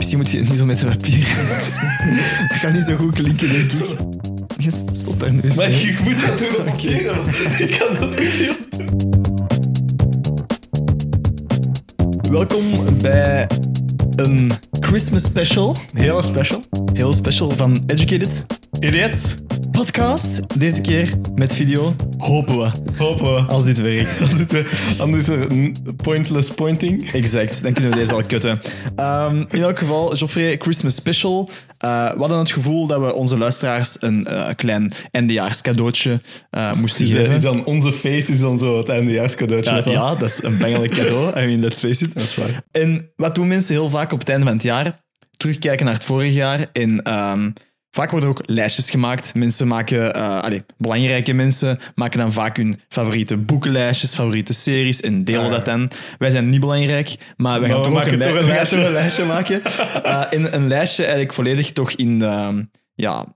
Misschien moet je het niet zo met de papier. dat gaat niet zo goed klinken, denk ik. Je st- stopt daar nu eens Maar mee. je moet dat doen op keer. Ik kan dat niet doen. Welkom bij een Christmas special. Hele special. Heel special van Educated Idiots. Podcast. Deze keer met video. Hopen we. Hopen we. Als dit werkt. eh, Dan zitten we- Anders is er een pointless pointing. Exact, dan kunnen we deze al kutten. Ehm, in elk geval, Geoffrey, Christmas special. Eh, we hadden het gevoel dat we onze luisteraars een eh, klein eindejaars cadeautje eh, moesten Is, geven. is dan onze face is dan zo het eindejaars cadeautje. Ja, van- ja, dat is een bangelijk cadeau. I mean, let's face it. Dat is waar. En wat doen mensen heel vaak op het einde van het jaar? Terugkijken naar het vorige jaar. En ehm, vaak worden ook lijstjes gemaakt. Mensen maken, eh, allee, belangrijke mensen maken dan vaak hun favoriete boekenlijstjes, favoriete series en delen Ah. dat dan. Wij zijn niet belangrijk, maar wij Maar gaan we toch ook maken een, toch lij- een wij gaan toch een lijstje. lijstje maken. Eh, en een lijstje eigenlijk volledig toch in ehm, ja,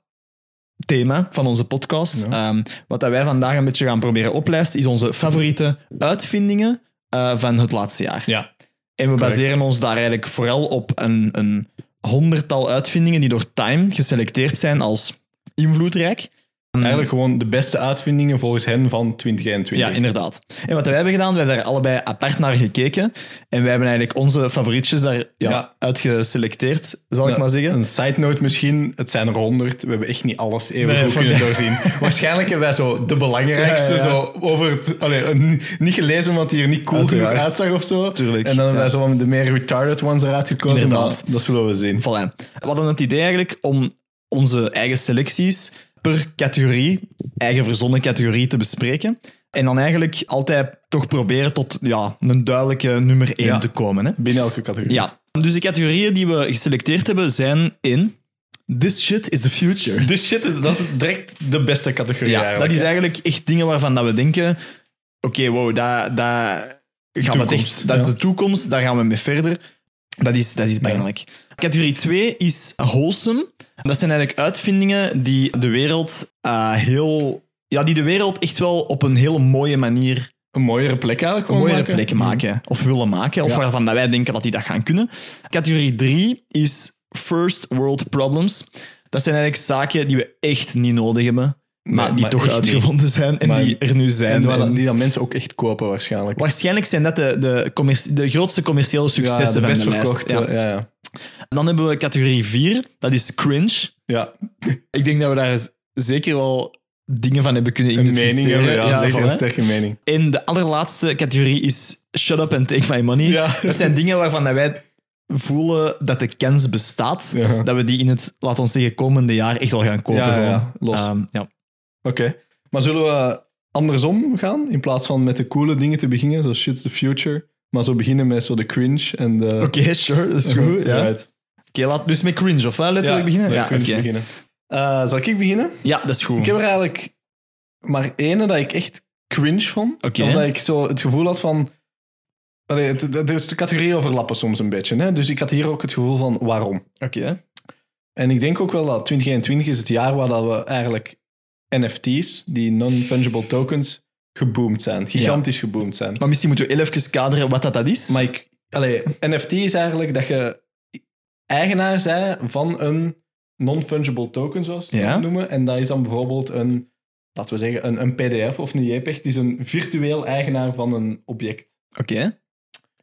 thema van onze podcast. Ehm, wat dat wij vandaag een beetje gaan proberen oplijsten, is onze favoriete uitvindingen eh, van het laatste jaar. Ja. En we baseren ons daar eigenlijk vooral op een, een honderdtal uitvindingen die door Time geselecteerd zijn als invloedrijk. Eigenlijk gewoon de beste uitvindingen volgens hen van 2021. Ja, inderdaad. En wat wij hebben gedaan, we hebben daar allebei apart naar gekeken. En wij hebben eigenlijk onze favorietjes daar ja, Ja. uitgeselecteerd, zal ik maar zeggen. Een side note misschien, het zijn er honderd. We hebben echt niet alles even Nee, goed van- kunnen doorzien. Waarschijnlijk hebben wij zo de belangrijkste Ja, ja, ja. Zo over het, allee, een- niet gelezen, want die er niet cool genoeg Uiteraard. uitzag of zo. Tuurlijk, En dan hebben ja. wij zo de meer retarded ones eruit gekozen. Inderdaad. Nou, dat zullen we zien. Voilà. We hadden het idee eigenlijk om onze eigen selecties per categorie, eigen verzonnen categorie, te bespreken. En dan eigenlijk altijd toch proberen tot ja, een duidelijke nummer 1 Ja. te komen. Hè? Binnen elke categorie. Ja. Dus de categorieën die we geselecteerd hebben zijn in... This shit is the future. Dus shit, is- dat is direct de beste categorie Ja, dat eigenlijk. is eigenlijk echt dingen waarvan dat we denken... Oké, wow, daar daar gaat dat, Toekomst, echt, dat is ja. de toekomst, daar gaan we mee verder. Dat is, dat is belangrijk. Categorie 2 is wholesome. Dat zijn eigenlijk uitvindingen die de wereld eh, heel... Ja, die de wereld echt wel op een hele mooie manier Een mooiere plek eigenlijk. een gewoon mooiere maken. plek maken. Of willen maken. Of Ja. waarvan dat wij denken dat die dat gaan kunnen. Categorie 3 is first world problems. Dat zijn eigenlijk zaken die we echt niet nodig hebben. Maar Nee, die maar toch echt uitgevonden zijn en Maar- die er nu zijn. En die- En die dan mensen ook echt kopen waarschijnlijk. waarschijnlijk zijn dat de, de, commerci- de grootste commerciële Ja, successen de best van de lijst. verkochte. Ja. Ja. Ja, ja. Dan hebben we categorie 4. Dat is cringe. Ik denk dat we daar z- zeker wel dingen van hebben kunnen Een mening identificeren. hebben, ja, zeker een voilà. sterke mening. En de allerlaatste categorie is Shut Up and Take My Money. Ja. Dat zijn dingen waarvan dat wij voelen dat de kans bestaat Ja. dat we die in het, laten we zeggen, komende jaar echt al gaan kopen. Ja, ja, ja. gewoon. Los. Ehm, ja. Oké. Maar zullen we andersom gaan? In plaats van met de coole dingen te beginnen, zoals Shit's the Future, maar zo beginnen met zo de cringe en de... Oké, sure, dat is goed. Ja. Oké, Right. laat dus met cringe, of wel? Ja, Letterlijk beginnen? met Mhm. Ja, cringe oké. beginnen. Eh, zal ik beginnen? ja, dat is Ik goed. heb er eigenlijk maar één dat ik echt cringe vond. Oké. Omdat ik zo het gevoel had van... Allee, het, het- dus de categorieën overlappen soms een beetje. Hè? Dus ik had hier ook het gevoel van waarom. Oké. En ik denk ook wel dat 2021 is het jaar waar dat we eigenlijk NFT's, die non-fungible tokens, geboomd zijn. Gigantisch geboomd zijn. Maar misschien moeten we heel even kaderen wat dat, dat is. Maar ik, allee, NFT is eigenlijk dat je eigenaar zij van een non-fungible token, zoals ze Ja. dat noemen. En dat is dan bijvoorbeeld een, laten we zeggen, een, een PDF of een JPEG. Die is een virtueel eigenaar van een object, Oké.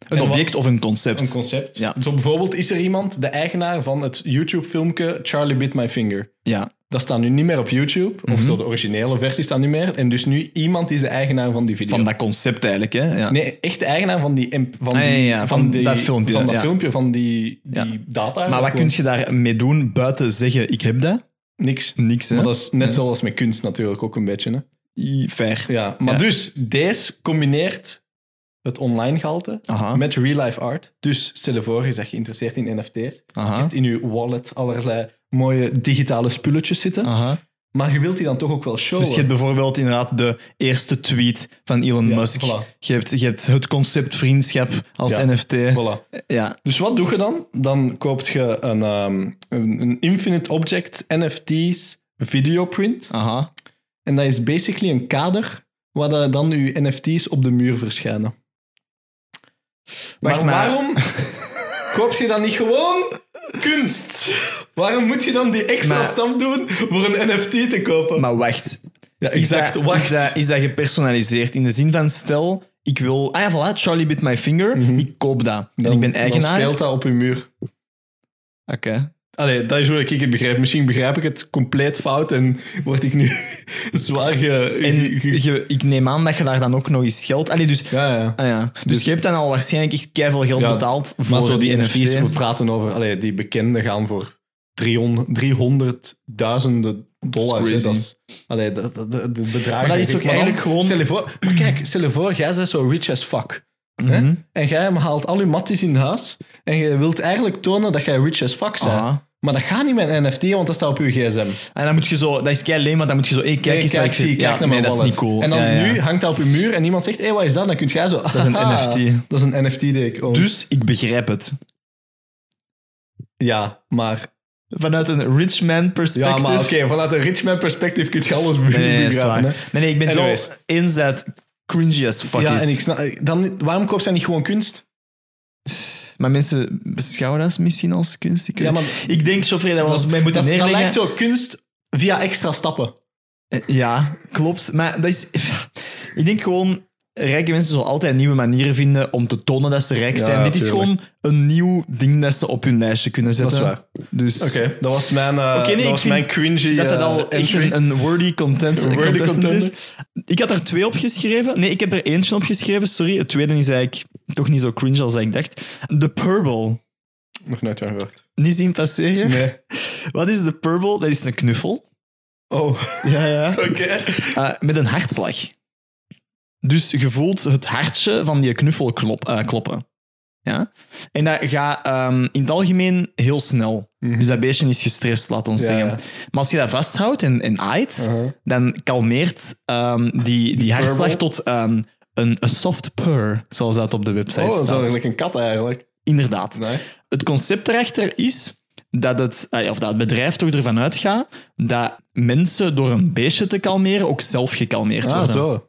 En Een wat- object of een concept. een concept. Ja. Zo bijvoorbeeld is er iemand de eigenaar van het YouTube-filmpje Charlie Bit My Finger. ja. Dat staat nu niet meer op YouTube, Mhm. of zo de originele versie staat niet meer. En dus nu iemand is de eigenaar van die video. Van dat concept eigenlijk, hè. Ja. Nee, echt de eigenaar van die... imp- Van, Ah, die ja, ja, ja, van die- dat filmpje, Van dat ja. filmpje, van die, die Ja. data. maar wat Gewoon kun je daarmee doen buiten zeggen, ik heb dat? Niks. Niks, hè. Maar dat is net zoals met kunst natuurlijk ook een beetje. Hè? I- Fair. Ja, maar Ja. dus deze combineert het online gehalte Aha. met real-life art. Dus stel je voor, je bent geïnteresseerd in NFT's. Je Aha. hebt in je wallet allerlei mooie digitale spulletjes zitten. Aha. Maar je wilt die dan toch ook wel showen. Ah. Dus je hebt bijvoorbeeld inderdaad de eerste tweet van Elon Ja, Musk. voilà. Je, hebt, je hebt het concept vriendschap als Ja, NFT. Voilà. Ja. Dus wat doe je dan? Dan koop je een, ehm, een, een Infinite Object NFT's videoprint. Aha. En dat is basically een kader waar dat dan uw NFT's op de muur verschijnen. Wacht maar. waarom koop je dan niet gewoon kunst. Waarom moet je dan die extra Maar- stap doen voor een NFT te kopen? Maar wacht. Ja, is, exact, dat, wacht. Is, dat, is dat gepersonaliseerd? In de zin van, stel, ik wil... Ah ja, voilà, Charlie bit my finger. Ik koop dat. en Mhm. Dan- ik ben eigenaar. Dan speelt dat op je muur. Oké. Allee, dat is hoe ik het begrijp. Misschien begrijp ik het compleet fout en word ik nu zwaar ge... En ge- ge- je- ik neem aan dat je daar dan ook nog eens geld... Allee, dus... ja, ja. Ah ja. Dus, je hebt dan al waarschijnlijk echt keiveel geld Ja, betaald voor Maar zo die NFT's, we NFT. praten over... Allee, die bekenden gaan voor 300 300.000 dollars. hè. crazy. Dat is, allee, dat, dat, dat- de bedragen... dat is zijn ook gek. Maar dan- eigenlijk gewoon- Stel je voor, maar kijk, stel je voor, jij bent zo rich as fuck. hè? Mhm. En jij haalt al je matties in huis en je wilt eigenlijk tonen dat jij rich as fuck bent. Aha. Maar dat gaat niet met een NFT, want dat staat op je gsm. En Ah, dan moet je zo... Dat is kei leem, want dan moet je zo... Hey, kijk Kijk, eens kijk, wat ik zie, zie. kijk Ja, naar nee, mijn dat is wallet. niet cool. En dan Ja, ja, ja. nu hangt dat op je muur en iemand zegt, hé, wat is dat? Dan kun jij zo... Dat is een NFT. Dat is een NFT die ik own. Dus, ik begrijp het. Ja, maar... Vanuit een rich man Ja, perspective... maar oké, vanuit een rich man perspectief kun je alles Nee, nee, nee, beginnen zwaar. begraven. hè. Nee, nee, ik ben het Anyways. wel eens dat cringy as fuck Ja, is. en ik snap... Dan, waarom koopt zij niet gewoon kunst? Maar mensen beschouwen dat misschien als kunst. Ik, weet- Ja, maar- ik denk, Chauffeur, dat we ons mee moeten dat, dat neerleggen. lijkt zo kunst via extra stappen. Eh, Ja, klopt. Maar dat is... Ik denk gewoon... Rijke mensen zullen altijd nieuwe manieren vinden om te tonen dat ze rijk Ja, zijn. Dit is tuurlijk. gewoon een nieuw ding dat ze op hun lijstje kunnen zetten. waar. Dus Oké, dat was mijn, eh nee, dat ik was vind mijn cringy dat dat al eh, echt entry. een, een worthy content, Een worthy contestant contender. is. Ik had er twee op geschreven. Nee, ik heb er eentje op geschreven, sorry. Het tweede is eigenlijk toch niet zo cringe als ik dacht. The Purple. Nog nooit van gehoord. Niet zien passeren. Nee. Wat is de purple? Dat is een knuffel. Oh, Ja, ja. oké. Eh, met een hartslag. Dus je voelt het hartje van die knuffel klop- eh, kloppen. Ja? En dat gaat ehm, in het algemeen heel snel. Mhm. Dus dat beestje is gestrest, laat ons Ja, zeggen. ja. Maar als je dat vasthoudt en, en aait, Uh-huh. dan kalmeert ehm, die, die hartslag purple? tot ehm, een, een soft purr, zoals dat op de website Oh, dat is staat. eigenlijk een kat eigenlijk. Inderdaad. Nee. Het concept erachter is dat het, eh, of dat het bedrijf toch ervan uitgaat dat mensen door een beestje te kalmeren ook zelf gekalmeerd Ah, worden. zo.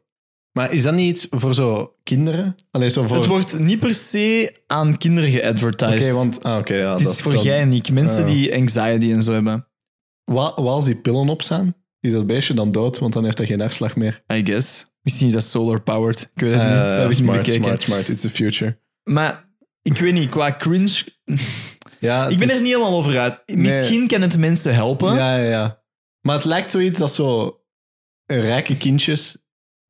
Maar is dat niet iets voor zo kinderen? Alleen zo voor... Het wordt niet per se aan kinderen geadvertised. Oké, want... Ah, oké, ja. het dat is voor dan- Ah. jij en ik, mensen Ja. die anxiety en zo hebben. Wa- Wat als die pillen op zijn, is dat beestje dan dood, want dan heeft dat geen hartslag meer. I guess. Misschien is dat solar powered. Ik weet het Eh, niet. Dat heb ik niet smart, bekeken. smart, smart. It's the future. Maar ik weet niet, qua cringe. Ja, Ik ben het er is- niet helemaal over uit. Misschien kan het mensen helpen. Ja, ja, ja. Maar het lijkt zoiets dat zo rijke kindjes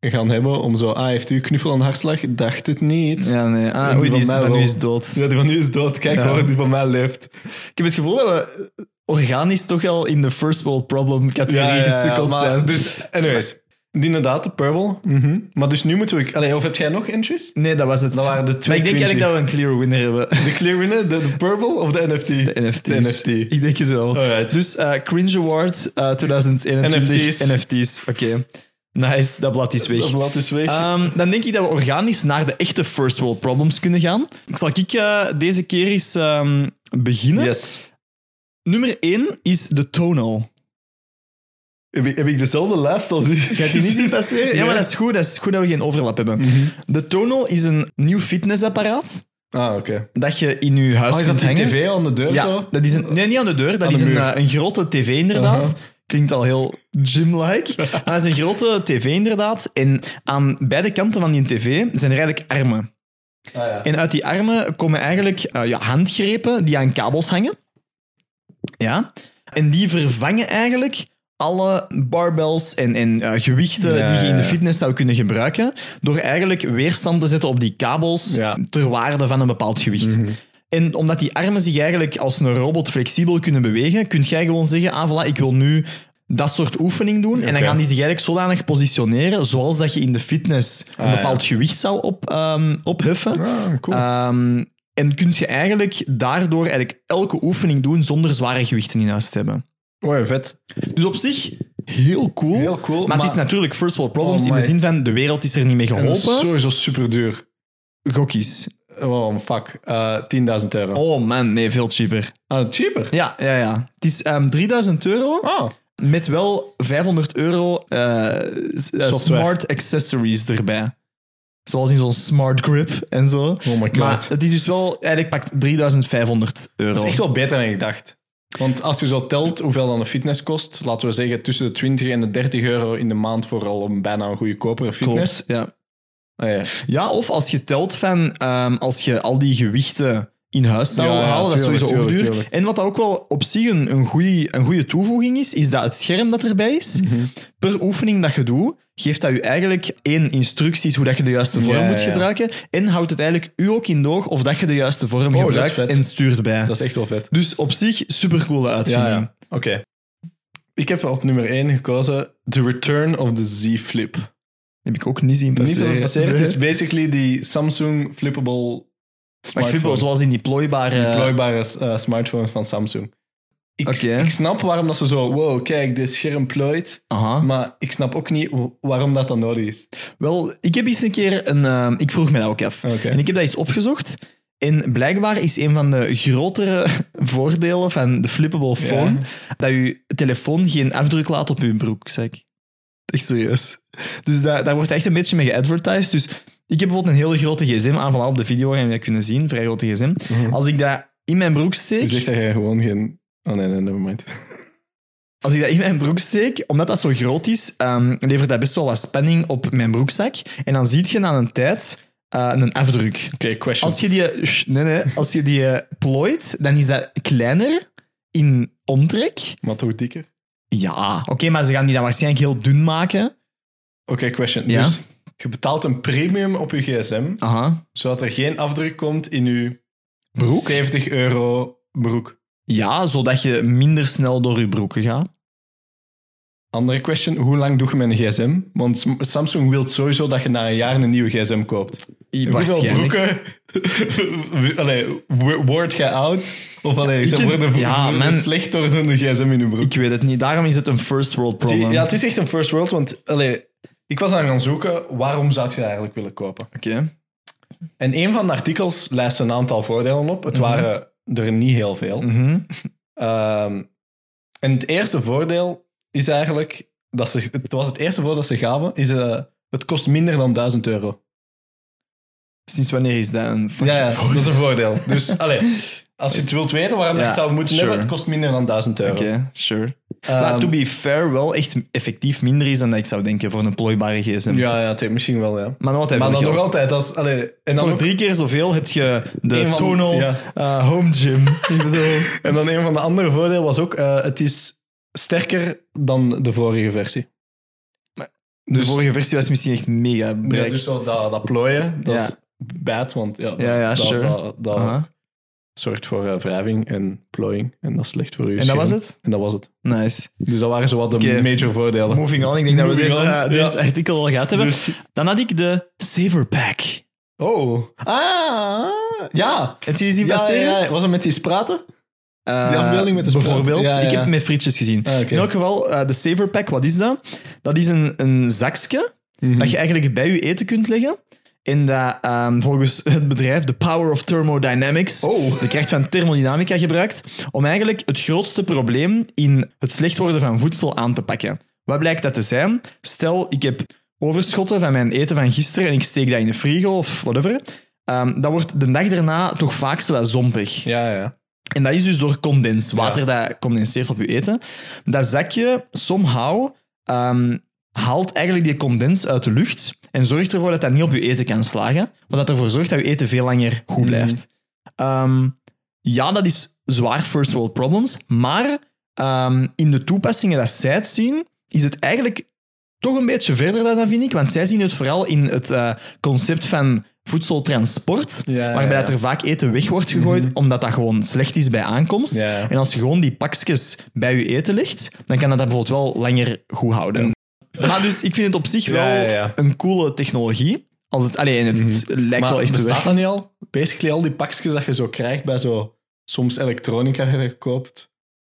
gaan hebben om zo... Ah, heeft u knuffel aan hartslag? Dacht het niet. Ja, nee. Ah, Die oei, van die is, mij maar nu wel. is dood. Ja, die van nu is dood. Kijk Ja. hoor, die van mij leeft. Ik heb het gevoel dat we eh, organisch toch al in de first world problem categorie gesukkeld maar- zijn. Dus, anyways. Inderdaad, de Purple. Mhm. Maar dus nu moeten we... Allee, of heb jij nog entries? nee, dat was het. Dat waren de twee maar ik denk cringy. eigenlijk dat we een clear winner hebben. De clear winner, de, de Purple of de NFT? De NFT's. De NFT. Ik denk het wel. Alright. Dus eh, Cringe Award eh, 2021. NFT's. NFT's, Oké. Nice, dat blad is weg. Dat blad is weg. Ehm, dan denk ik dat we organisch naar de echte first world problems kunnen gaan. Zal ik eh, deze keer eens ehm, beginnen? yes. Nummer 1 is de tonal. Heb ik, heb ik dezelfde lijst als u? Gaat die niet zien passeren? Ja, maar dat is goed. Dat is goed dat we geen overlap hebben. Mhm. De Tonal is een nieuw fitnessapparaat Ah, oké. dat je in je huis Oh, is dat kunt die hangen. tv Ah, aan de deur Ja, zo? dat is een, nee, niet aan de deur. Dat Aan is de een, muur. Uh-huh. eh, een grote tv inderdaad. Aha. Klinkt al heel gym-like. Maar dat is een grote tv inderdaad. En aan beide kanten van die tv zijn er eigenlijk armen. ja. En uit die armen komen eigenlijk eh, ja, handgrepen die aan kabels hangen. Ja. En die vervangen eigenlijk alle barbells en, en eh, gewichten Ja, die je in de ja, ja. fitness zou kunnen gebruiken, door eigenlijk weerstand te zetten op die kabels Ja. Mhm. ter waarde van een bepaald gewicht. En omdat die armen zich eigenlijk als een robot flexibel kunnen bewegen, kun jij gewoon zeggen, ah voilà, ik wil nu dat soort oefening doen. En dan Oké. gaan die zich eigenlijk zodanig positioneren, zoals dat je in de fitness een Ah, ja. bepaald gewicht zou op, ehm, opheffen. Ah, cool. Ehm, en kun je eigenlijk daardoor eigenlijk elke oefening doen zonder zware gewichten in huis te hebben. Oei, vet. Dus op zich heel cool. Heel cool, maar, maar- het is natuurlijk first world problems Oh in de my. zin van de wereld is er niet mee En dat geholpen. is sowieso super duur. Gokkies. Oh, fuck. Eh 10.000 euro. Oh man, nee, veel cheaper. Ah, cheaper. Ja, ja, ja. Het is ehm, 3000 euro Ah, met wel 500 euro eh, s- eh, Software. smart accessories erbij. Zoals in zo'n smart grip en zo. Oh my god. Maar het is dus wel, eigenlijk pakt 3500 euro. Dat is echt wel beter dan ik dacht. Want als je zo telt hoeveel dan een fitness kost, laten we zeggen tussen de 20 en de 30 euro in de maand voor al een bijna een goedkopere fitness. Klopt, ja. Ah, ja. ja, of als je telt van ehm, als je al die gewichten in huis zou Ja, ja, halen, dat is tuurlijk, sowieso ook tuurlijk, duur. tuurlijk. En wat dat ook wel op zich een, een goede een goeie toevoeging is, is dat het scherm dat erbij is, Mhm. per oefening dat je doet, geeft dat je eigenlijk één instructies hoe dat je de juiste vorm Ja, moet ja, ja. gebruiken en houdt het eigenlijk u ook in de oog of dat je de juiste vorm Oh, dat is gebruikt vet. en stuurt bij. Dat is echt wel vet. Dus op zich supercoole uitvinding. Ja, ja. Oké. Ik heb op nummer 1 gekozen The Return of the Z Flip. Heb ik ook niet zien Niet passeren. dat het passeert, het is Nee. basically die Samsung flippable maar ik vind wel smartphone. zoals in die plooibare... Die plooibare eh, smartphone van Samsung. Ik, Oké. ik snap waarom dat ze zo, wow, kijk, dit scherm plooit. Aha. Maar ik snap ook niet wa- waarom dat dan nodig is. Wel, ik heb eens een keer een. ehm, ik vroeg me dat ook af. Oké. En ik heb dat eens opgezocht. En blijkbaar is een van de grotere voordelen van de flippable phone dat je telefoon geen afdruk laat op je broekzak. Echt serieus. Dus daar, daar wordt echt een beetje mee geadvertised. Dus ik heb bijvoorbeeld een hele grote gsm aan. Vanaf op de video gaan we dat kunnen zien. Vrij grote gsm. Mhm. Als ik dat in mijn broek Je steek... Dus zegt dat jij gewoon geen... Oh nee, nee, nevermind. Als ik dat in mijn broek steek, omdat dat zo groot is, ehm, levert dat best wel wat spanning op mijn broekzak. En dan zie je na een tijd eh, een afdruk. Oké, question. Als je die, eh, sh- nee, nee, als je die eh, plooit, dan is dat kleiner in omtrek. Maar toch dikker? Ja, oké, maar ze gaan die dan waarschijnlijk heel dun maken. Oké, question. Ja. Dus je betaalt een premium op je gsm, Aha. zodat er geen afdruk komt in je Broek? 70 euro broek. Ja, zodat je minder snel door je broeken gaat. Andere question, hoe lang doe je met een gsm? Want Sam- Samsung wil sowieso dat je na een jaar een nieuwe gsm koopt. Hoeveel broeken? allee, wo- word je oud? Of allee, Ik- ze worden ja, ja, man. slecht door een gsm in hun broek. Ik weet het niet, daarom is het een first world Zie, problem. ja, het is echt een first world, want allee, ik was aan gaan zoeken waarom zou je dat eigenlijk willen kopen. Oké. En een van de artikels lijst een aantal voordelen op. Het waren er niet heel veel. Mhm. Ehm, en het eerste voordeel is eigenlijk, dat ze, het was het eerste voordeel dat ze gaven, is eh, het kost minder dan 1000 euro. Sinds wanneer is dat een fucking dat is een voordeel. Dus allee, als je het wilt weten waarom je Ja, het zou moeten sure. hebben, het kost minder dan 1000 euro. Oké, sure. Ehm, maar to be fair, wel echt effectief minder is dan dat ik zou denken voor een plooibare gsm. ja, ja, het- misschien wel, ja. Maar, nog altijd Maar veel dan nog geld. altijd, als, allee, en, dan Voor ook- drie keer zoveel heb je de Een van- Tonal ja. eh, Home Gym. Ik bedoel... en dan een van de andere voordelen was ook, eh, het is sterker dan de vorige versie. de vorige versie was misschien echt mega Dus- Ja, brek. dus zo dat, dat plooien, dat Ja. is bad, want ja, dat, Ja, ja, dat- sure. dat, dat Aha. zorgt voor eh, wrijving en plooiing. En dat is slecht voor u. En dat was het? En dat was het. Nice. Dus dat waren zo wat de Oké. major voordelen. Moving on, ik denk dat we Moving deze, on, eh, ja. deze artikel al gehad hebben. Dus- Dan had ik de Saver Pack. Oh. Ah. Ja. Heb je die zien Ja, passeren? ja, ja. Was dat met die spraten? die Eh, afbeelding met de spraat. Bijvoorbeeld, Ja, ja. ik heb het met frietjes gezien. Ah, oké. In elk geval, eh, de Saver Pack, wat is dat? Dat is een, een zakje Mhm. dat je eigenlijk bij je eten kunt leggen. En dat ehm, volgens het bedrijf de Power of Thermodynamics, Oh. de kracht van thermodynamica, gebruikt om eigenlijk het grootste probleem in het slecht worden van voedsel aan te pakken. Wat blijkt dat te zijn? Stel, ik heb overschotten van mijn eten van gisteren en ik steek dat in de frigo of whatever. Ehm, dat wordt de dag daarna toch vaak zo wat zompig. Ja, ja. En dat is dus door condens. Water dat condenseert op je eten. Dat zakje, somehow, ehm, haalt eigenlijk die condens uit de lucht en zorgt ervoor dat dat niet op je eten kan slagen. Wat dat ervoor zorgt dat je eten veel langer goed blijft. Ehm, ja, dat is zwaar first world problems. Maar ehm, in de toepassingen dat zij het zien, is het eigenlijk toch een beetje verder dan dat, vind ik. Want zij zien het vooral in het eh, concept van voedseltransport. Ja, ja, waarbij ja. dat er vaak eten weg wordt gegooid, omdat dat gewoon slecht is bij aankomst. Mhm. Ja, ja. En als je gewoon die pakjes bij je eten legt, dan kan dat, dat bijvoorbeeld wel langer goed houden. Maar dus ik vind het op zich wel Mhm. Ja, ja, ja. Mhm. een coole technologie. Als het, alleen het lijkt Maar wel echt te werken. bestaat dat niet al? Basically al die pakjes dat je zo krijgt bij zo... Soms elektronica dat je koopt.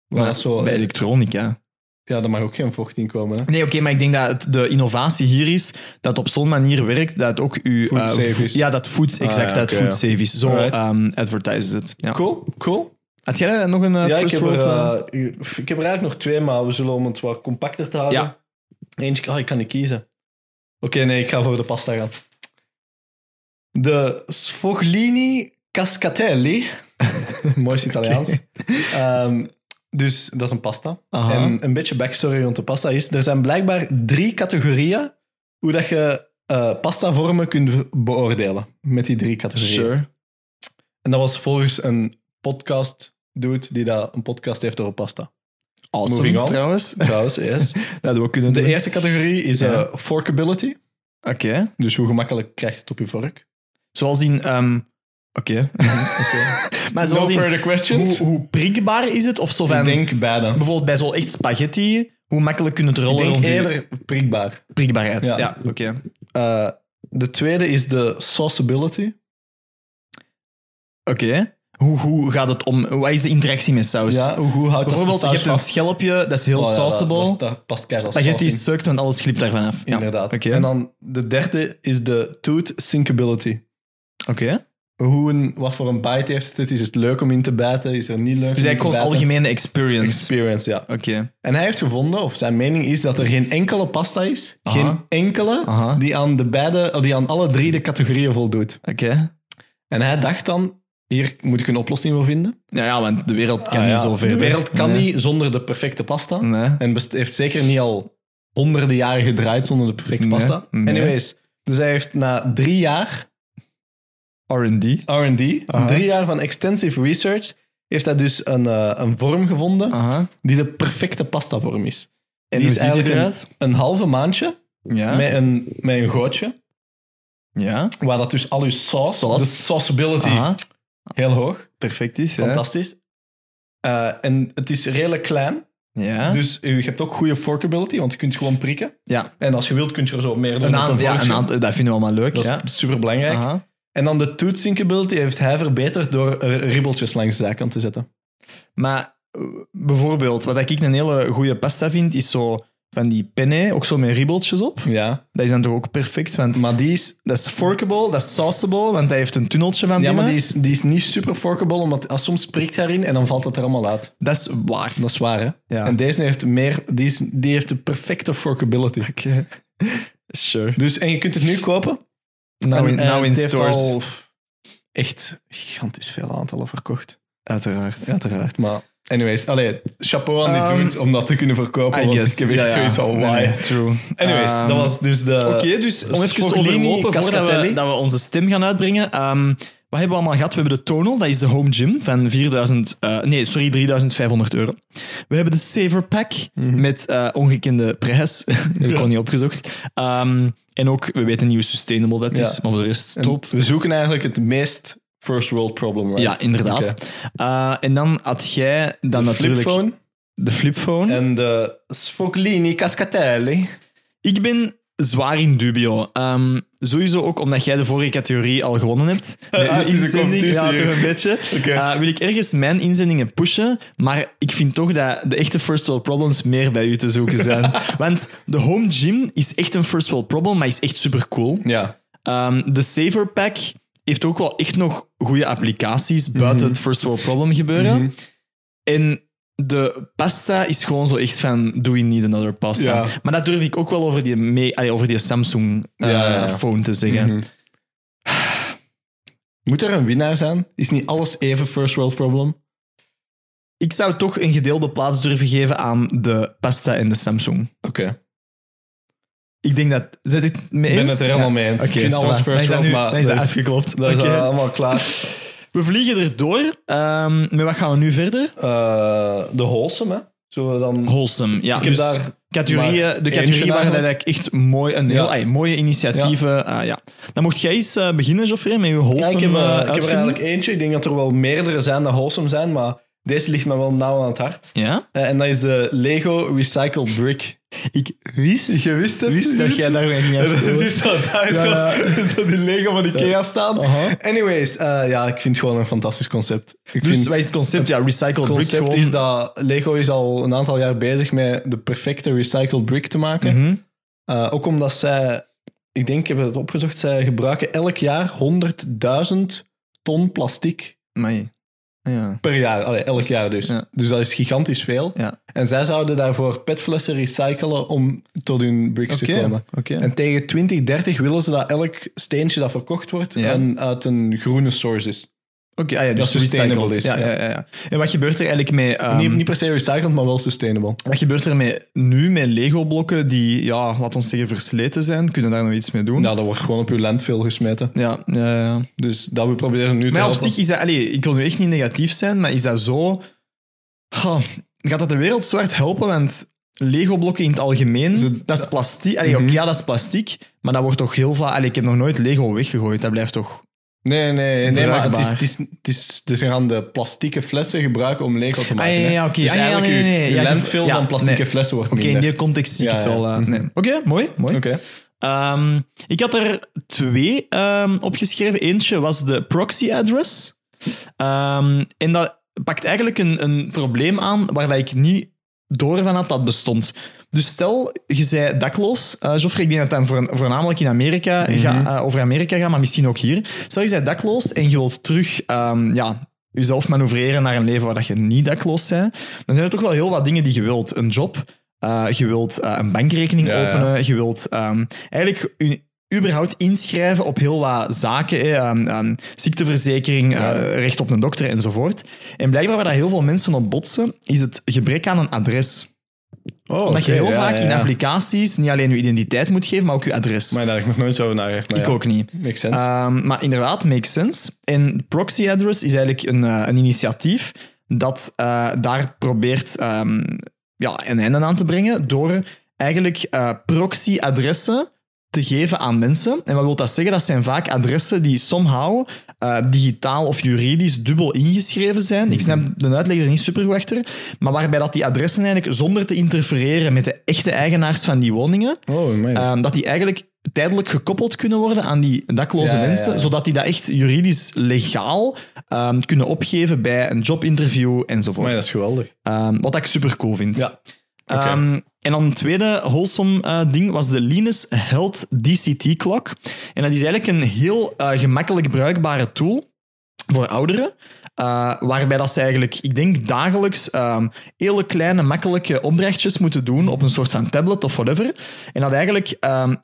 Maar Maar dat zo, Bij elektronica. ja, daar mag ook geen vocht in komen. Hè? Nee, oké, maar ik denk dat het- de innovatie hier is dat het op zo'n manier werkt dat het ook uw... Food eh, safe vo- is. Ja, dat food, exact, ja, dat oké, food ja. safe is. Zo Alright. ehm advertise het. Ja. Cool, cool. Had jij daar nog een eh, Ja, ik first heb, er, world, eh, eh, ik heb er eigenlijk nog twee, maar we zullen om het wat compacter te houden. Ja. Eentje, ah, ik kan niet kiezen. Oké, nee, ik ga voor de pasta gaan. De Sfoglini Cascatelli. Mooiste Italiaans. Ehm, dus dat is een pasta. Aha. En een beetje backstory rond de pasta is... Er zijn blijkbaar drie categorieën hoe dat je eh pastavormen kunt beoordelen. Met die drie categorieën. Sure. En dat was volgens een podcast dude die dat, een podcast heeft over pasta. Moving Awesome, on. trouwens. Trouwens, yes. Dat we kunnen De doen. eerste categorie is eh, Ja. forkability. Oké. Dus hoe gemakkelijk krijgt het op je vork? Zoals in... ehm, Mhm, Oké. maar No zoals in... further questions. Hoe, hoe prikbaar is het? Of zo van... Ik denk bijna. Bijvoorbeeld bij zo'n echt spaghetti, hoe makkelijk kunnen het Ik rollen denk rond die eerder prikbaar. prikbaarheid? Ja. Ja, oké. Oké, Eh, de tweede is de sauceability. hoe, hoe gaat het om? Wat is de interactie met saus? Ja, hoe goed houdt Dus dat Bijvoorbeeld, je de saus hebt een vast? schelpje, dat is heel Oh ja, dat- sauceable. Dat, dat past keihard als spaghetti saus sukt, want alles glipt daarvan af. in. Ja. Inderdaad. Oké. En dan de derde is de tooth sinkability. Oké. Dus Hoe een, wat voor een bite heeft het? Is het leuk om in te bijten? Is er Dus niet leuk om in eigenlijk te gewoon bijten? algemene experience. experience, ja. Oké. En hij heeft gevonden, of zijn mening is, dat er geen enkele pasta is, Aha. geen enkele, Aha. die aan, de beide, of die aan alle drie de categorieën voldoet. Oké. En hij dacht dan, hier moet ik een oplossing voor vinden. Nou ja, want de wereld kan Ah, niet ja. zo verder. De wereld kan Nee. niet zonder de perfecte pasta. Nee. En best- heeft zeker niet al honderden jaren gedraaid zonder de perfecte Nee, pasta. nee. Anyways, dus hij heeft na drie jaar R&D. R&D, Aha. drie jaar van extensive research, heeft hij dus een, eh, een vorm gevonden Aha. die de perfecte pasta vorm is. En die hoe is ziet het eigenlijk een, eruit? een halve maandje Ja. met, een, met een gootje, ja. waar dat dus al je sauce, Sauce. de sauceability, Aha. heel hoog. Perfect is, hè? Fantastisch. Eh, en het is redelijk klein, Ja. dus je hebt ook goede forkability, want je kunt gewoon prikken. ja. En als je wilt, kun je er zo meer doen. Een op aan- ja, vorkje. een aan- dat vinden we allemaal leuk. Dat ja. is super belangrijk. Aha. En dan de toetsinkability heeft hij verbeterd door er ribbeltjes langs de zijkant te zetten. Maar eh, bijvoorbeeld, wat ik een hele goede pasta vind, is zo van die penne, ook zo met ribbeltjes op. Ja, Dat is dan toch ook perfect, want maar die is, dat is forkable, dat is sauceable, want hij heeft een tunneltje van ja, binnen. maar die is, die is niet super forkable, omdat ah, soms prikt hij erin en dan valt het er allemaal uit. Dat is waar. Dat is waar, hè? Ja. En deze heeft, meer, die is, die heeft de perfecte forkability. Sure. Dus, en je kunt het nu kopen. Now Nou in, En, eh, now in het heeft stores. al echt gigantisch veel aantallen verkocht. Uiteraard. Uiteraard, maar... Anyways, allee, chapeau aan Ehm, die dude om dat te kunnen verkopen, want Oh, ik heb echt zoiets al Nee, why. nee, true. Anyways, Ehm, dat was dus de... Oké, dus om even Sfoglini, overlopen voordat we, Cascatelli. dat we onze stem gaan uitbrengen. Ehm, wat hebben we allemaal gehad? We hebben de Tonal, dat is de home gym van 4000, eh, nee, sorry, 3500 euro. We hebben de Saver Pack Mhm. met eh, ongekende prijs. dat heb ik al niet opgezocht. Ehm, en ook, we weten niet hoe sustainable dat is, Ja. maar voor de rest, En top. We zoeken eigenlijk het meest first world problem, right? Ja, inderdaad. Oké. Eh, en dan had jij dan De natuurlijk flipphone de flipphone. en de Sfoglini Cascatelli. Ik ben zwaar in dubio. Ehm, sowieso ook omdat jij de vorige categorie al gewonnen hebt. Met Ah, je het is een competitie ja, hier. toch een beetje. Oké. Eh, wil ik ergens mijn inzendingen pushen, maar ik vind toch dat de echte first world problems meer bij u te zoeken zijn. Want de home gym is echt een first world problem, maar is echt super cool. Ja. Ehm, de saver pack heeft ook wel echt nog goede applicaties buiten het Mhm. first world problem gebeuren. En de pasta is gewoon zo echt van, do we need another pasta? Ja. Maar dat durf ik ook wel over die, mee, allee, over die Samsung eh, Ja, ja, Mhm. ja. phone te zeggen. Moet er een winnaar zijn? Is niet alles even first world problem? Ik zou toch een gedeelde plaats durven geven aan de pasta en de Samsung. Oké. Ik denk dat... Zet ik het mee Ik eens? ben het er helemaal Ja. mee eens. Oké, ik vind ça alles va. Dan first is dat world, nu- maar dan is dat dat is- uitgeklopt. dat is Oké. allemaal klaar. We vliegen erdoor. Ehm met wat gaan we nu verder? Eh, de wholesome, hè? Zullen we dan... Wholesome. Ja, Ik heb dus daar maar categorieën, de eentje categorie waar dat eigenlijk. ik echt mooi, een heel, Ja. ay, mooie initiatieven... ah, ja. Dan mocht jij eens eh, beginnen, Geoffrey, met je wholesome Ja, ik, heb, eh, eh, ik heb er uitvinding. eigenlijk eentje. Ik denk dat er wel meerdere zijn dat wholesome zijn, maar deze ligt me wel nauw aan het hart. Ja? Eh, en dat is de Lego Recycled Brick. Ik wist, Je wist het? wist Dus dat jij daarmee niet hebt Het is zo, dat is Ja, zo, zo die Lego van Ikea staan. Aha. Anyways, eh, ja, ik vind het gewoon een fantastisch concept. Ik Dus vind, wat is het concept? Ja, recycled het brick concept gewoon. is dat Lego is al een aantal jaar bezig met de perfecte recycled brick te maken. Mhm. Eh, ook omdat zij, ik denk, ik heb het opgezocht, zij gebruiken elk jaar 100.000 ton plastic Amai. Ja. Per jaar, allee, elk jaar dus. ja. Dus dat is gigantisch veel. Ja. En zij zouden daarvoor petflessen recyclen om tot hun bricks te komen. oké. En tegen 2030 willen ze dat elk steentje dat verkocht wordt Ja. en uit een groene source is. Oké, ah ja, dus Dat sustainable recycled. is, Ja, ja. ja. Ja, ja. En wat gebeurt er eigenlijk met... ehm, niet, niet per se recycled, maar wel sustainable. Wat gebeurt er met, nu met Lego-blokken die, ja, laat ons zeggen, versleten zijn? Kunnen daar nog iets mee doen? Nou, dat wordt gewoon op uw landfill gesmeten. Ja, ja, ja. Dus dat we proberen nu te Maar ja, op helpen. zich is dat... Allee, ik wil nu echt niet negatief zijn, maar is dat zo... Ha, gaat dat de wereld zwart helpen? Want Lego-blokken in het algemeen, Ze- Mhm. dat is plastic. Allee, oké, ja, dat is plastic, maar dat wordt toch heel vaak... Allee, ik heb nog nooit Lego weggegooid, dat blijft toch... Nee, nee, nee maar het is, Bruikbaar. het, is, het, is, het is we gaan de plastieke flessen gebruiken om Lego te maken. ja, ja, hè. ja, oké. Dus Ah, ja, ja, eigenlijk nee, nee, nee. uw- uw Ja, landfill ja, van plastieke nee. flessen wordt Oké, in minder. die context zie ik Ja, het ja. Mhm. wel. eh, nee. Oké, mooi, mooi. Oké. Ehm, ik had er twee ehm, opgeschreven. Eentje was de proxy address. Ehm, en dat pakt eigenlijk een, een probleem aan waar dat ik niet door van had dat bestond. Dus stel, je zei dakloos. eh Joffrey, ik denk dat dat voor, voornamelijk in Amerika Mhm. ga- eh, over Amerika gaat, maar misschien ook hier. Stel, je zei dakloos en je wilt terug ehm, ja, jezelf manoeuvreren naar een leven waar dat je niet dakloos bent. Dan zijn er toch wel heel wat dingen die je wilt. Een job, eh, je wilt eh, een bankrekening Ja, ja. openen, je wilt ehm, eigenlijk u- überhaupt inschrijven op heel wat zaken. hè. Ehm, ehm, ziekteverzekering, eh, recht op een dokter enzovoort. En blijkbaar waar dat heel veel mensen op botsen, is het gebrek aan een adres. Oh, Omdat je oké, heel ja, vaak ja, in ja. applicaties niet alleen je identiteit moet geven, maar ook je adres. Maar daar heb ik nog nooit zo over nagedacht. maar ik ja, ook niet. Makes sense. Ehm, maar inderdaad, makes sense. En Proxy Address is eigenlijk een, eh, een initiatief dat eh, daar probeert ehm, ja, een einde aan te brengen door eigenlijk eh, proxy-adressen te geven aan mensen. En wat wil dat zeggen? Dat zijn vaak adressen die somehow eh, digitaal of juridisch dubbel ingeschreven zijn. Ik snap de uitleg er niet super goed achter. Maar waarbij dat die adressen eigenlijk zonder te interfereren met de echte eigenaars van die woningen, oh, man. Ehm, dat die eigenlijk tijdelijk gekoppeld kunnen worden aan die dakloze Ja, ja, mensen, ja. zodat die dat echt juridisch legaal ehm, kunnen opgeven bij een jobinterview enzovoort. maar dat is geweldig. Ehm, wat ik super cool vind. Ja. Oké. Ehm, en dan een tweede wholesome eh, ding was de Linus Health DCT Clock. En dat is eigenlijk een heel eh, gemakkelijk bruikbare tool voor ouderen. eh, waarbij dat ze eigenlijk, ik denk, dagelijks ehm, hele kleine, makkelijke opdrachtjes moeten doen op een soort van tablet of whatever. En dat eigenlijk ehm,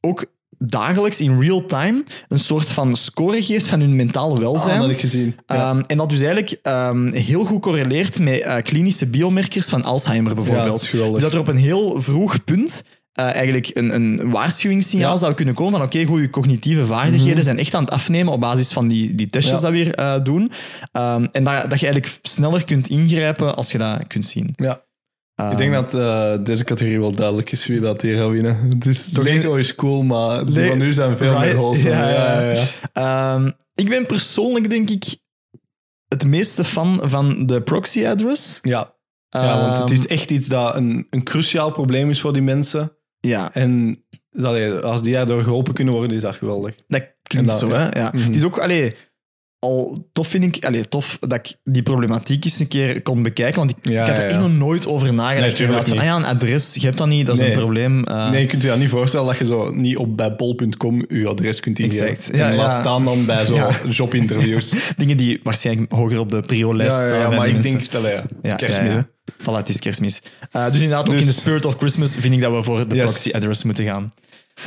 ook dagelijks in real time een soort van score geeft van hun mentale welzijn. Ah, dat had ik gezien. Ehm, en dat dus eigenlijk ehm, heel goed correleert met eh, klinische biomerkers van Alzheimer Ja, bijvoorbeeld. dat is geweldig. dus dat er op een heel vroeg punt eh, eigenlijk een, een waarschuwingssignaal Ja. Mhm. zou kunnen komen van oké, goede cognitieve vaardigheden zijn echt aan het afnemen op basis van die, die testjes Ja. dat we hier eh, doen. Ehm, en dat, dat je eigenlijk sneller kunt ingrijpen als je dat kunt zien. Ja. ik denk dat eh, deze categorie wel duidelijk is wie dat hier gaat winnen. Het is, Lego is cool, maar die Le- van nu zijn veel meer Right? wholesome. Ja, ja, ja. Ehm, ik ben persoonlijk denk ik het meeste fan van de proxy address. Ja. Ja, want het Ehm, is echt iets dat een, een cruciaal probleem is voor die mensen. Ehm, ja, En allee, als die daardoor geholpen kunnen worden, is dat geweldig. Dat klinkt En dat- zo, hè? Ja. Mhm. Het is ook, allee, al tof vind ik, allee, tof dat ik die problematiek eens een keer kon bekijken, want ik, Ja, ik had er ja, echt ja. nog nooit over Nee, nagedacht. tuurlijk Inderdaad, van, ah ja, een adres, je hebt dat niet, dat is Nee. een probleem. eh. nee, je kunt je dat niet voorstellen dat je zo niet op bij bol.com je adres kunt ingeven. Exact. Ja, en laat ja. staan dan bij zo'n Ja. jobinterviews. Dingen die waarschijnlijk hoger op de prio-lijst ja, ja, staan. ja, bij maar die ik mensen. denk... Allee, ja, het is Ja, kerstmis, ja, ja. hè. Voilà, het is kerstmis. Eh, dus inderdaad, ook Dus- in de spirit of Christmas vind ik dat we voor de Yes. proxy address moeten gaan.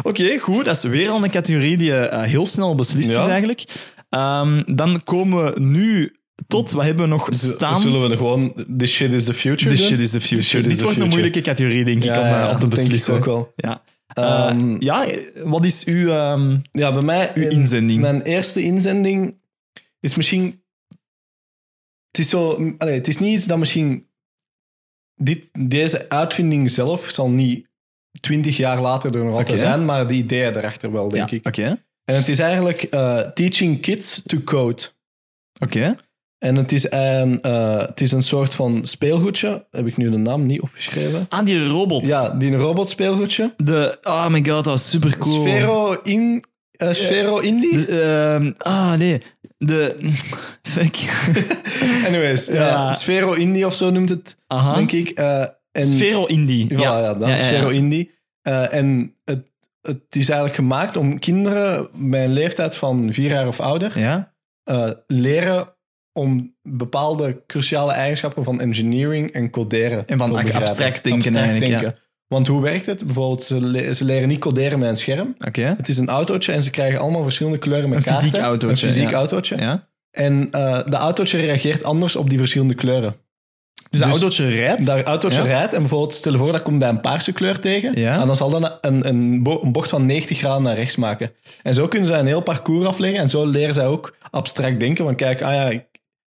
Oké, goed. Dat is weer al een categorie die eh, heel snel beslist Ja. is eigenlijk. Ehm, dan komen we nu tot, wat hebben we nog Z- staan? Zullen we er gewoon This shit is the future This doen? shit is the This future. shit is Dit the wordt een future. moeilijke categorie, denk ik, Ja, om, eh, ja, om te denk ik beslissen. ook wel. Ja. Eh, Ehm, ja, wat is uw... ehm, Ja, bij mij... eh, Uw inzending. Mijn eerste inzending is misschien... Het is, zo, allee, het is niet iets dat misschien... Dit, deze uitvinding zelf zal niet twintig jaar later er nog altijd Oké. zijn, maar de ideeën erachter wel, denk ja, ik. Oké, En het is eigenlijk eh, Teaching Kids to Code. oké. En het is, een, eh, het is een soort van speelgoedje. Heb ik nu de naam niet opgeschreven? Aan die robot. Ja, die een robotspeelgoedje. De, oh my god, dat was super cool. Sfero in... eh, Sfero Indie? ah, nee. De... Fuck. Anyways, ja. Ja. Sfero Indie of zo noemt het, Aha. denk ik. Eh, en, Sfero Indie. Voilà, ja, dat, ja, ja. Sfero Indie. Eh, en het, het is eigenlijk gemaakt om kinderen bij een leeftijd van vier jaar of ouder Ja? eh, leren om bepaalde cruciale eigenschappen van engineering en coderen En van te ab- begrijpen. abstract denken eigenlijk, Want hoe werkt het? Bijvoorbeeld, ze, le- ze leren niet coderen met een scherm. Oké. Het is een autootje en ze krijgen allemaal verschillende kleuren met Een kaarten. fysiek autootje, Een fysiek ja. autootje. Ja. En eh, de autootje reageert anders op die verschillende kleuren. Dus dat autootje rijdt. Dat autootje Ja. rijdt en bijvoorbeeld, stel je voor dat komt bij een paarse kleur tegen. Ja. En dan zal dat een, een, bo- een bocht van 90 graden naar rechts maken. En zo kunnen zij een heel parcours afleggen. En zo leren zij ook abstract denken. Van kijk, ah ja, ik,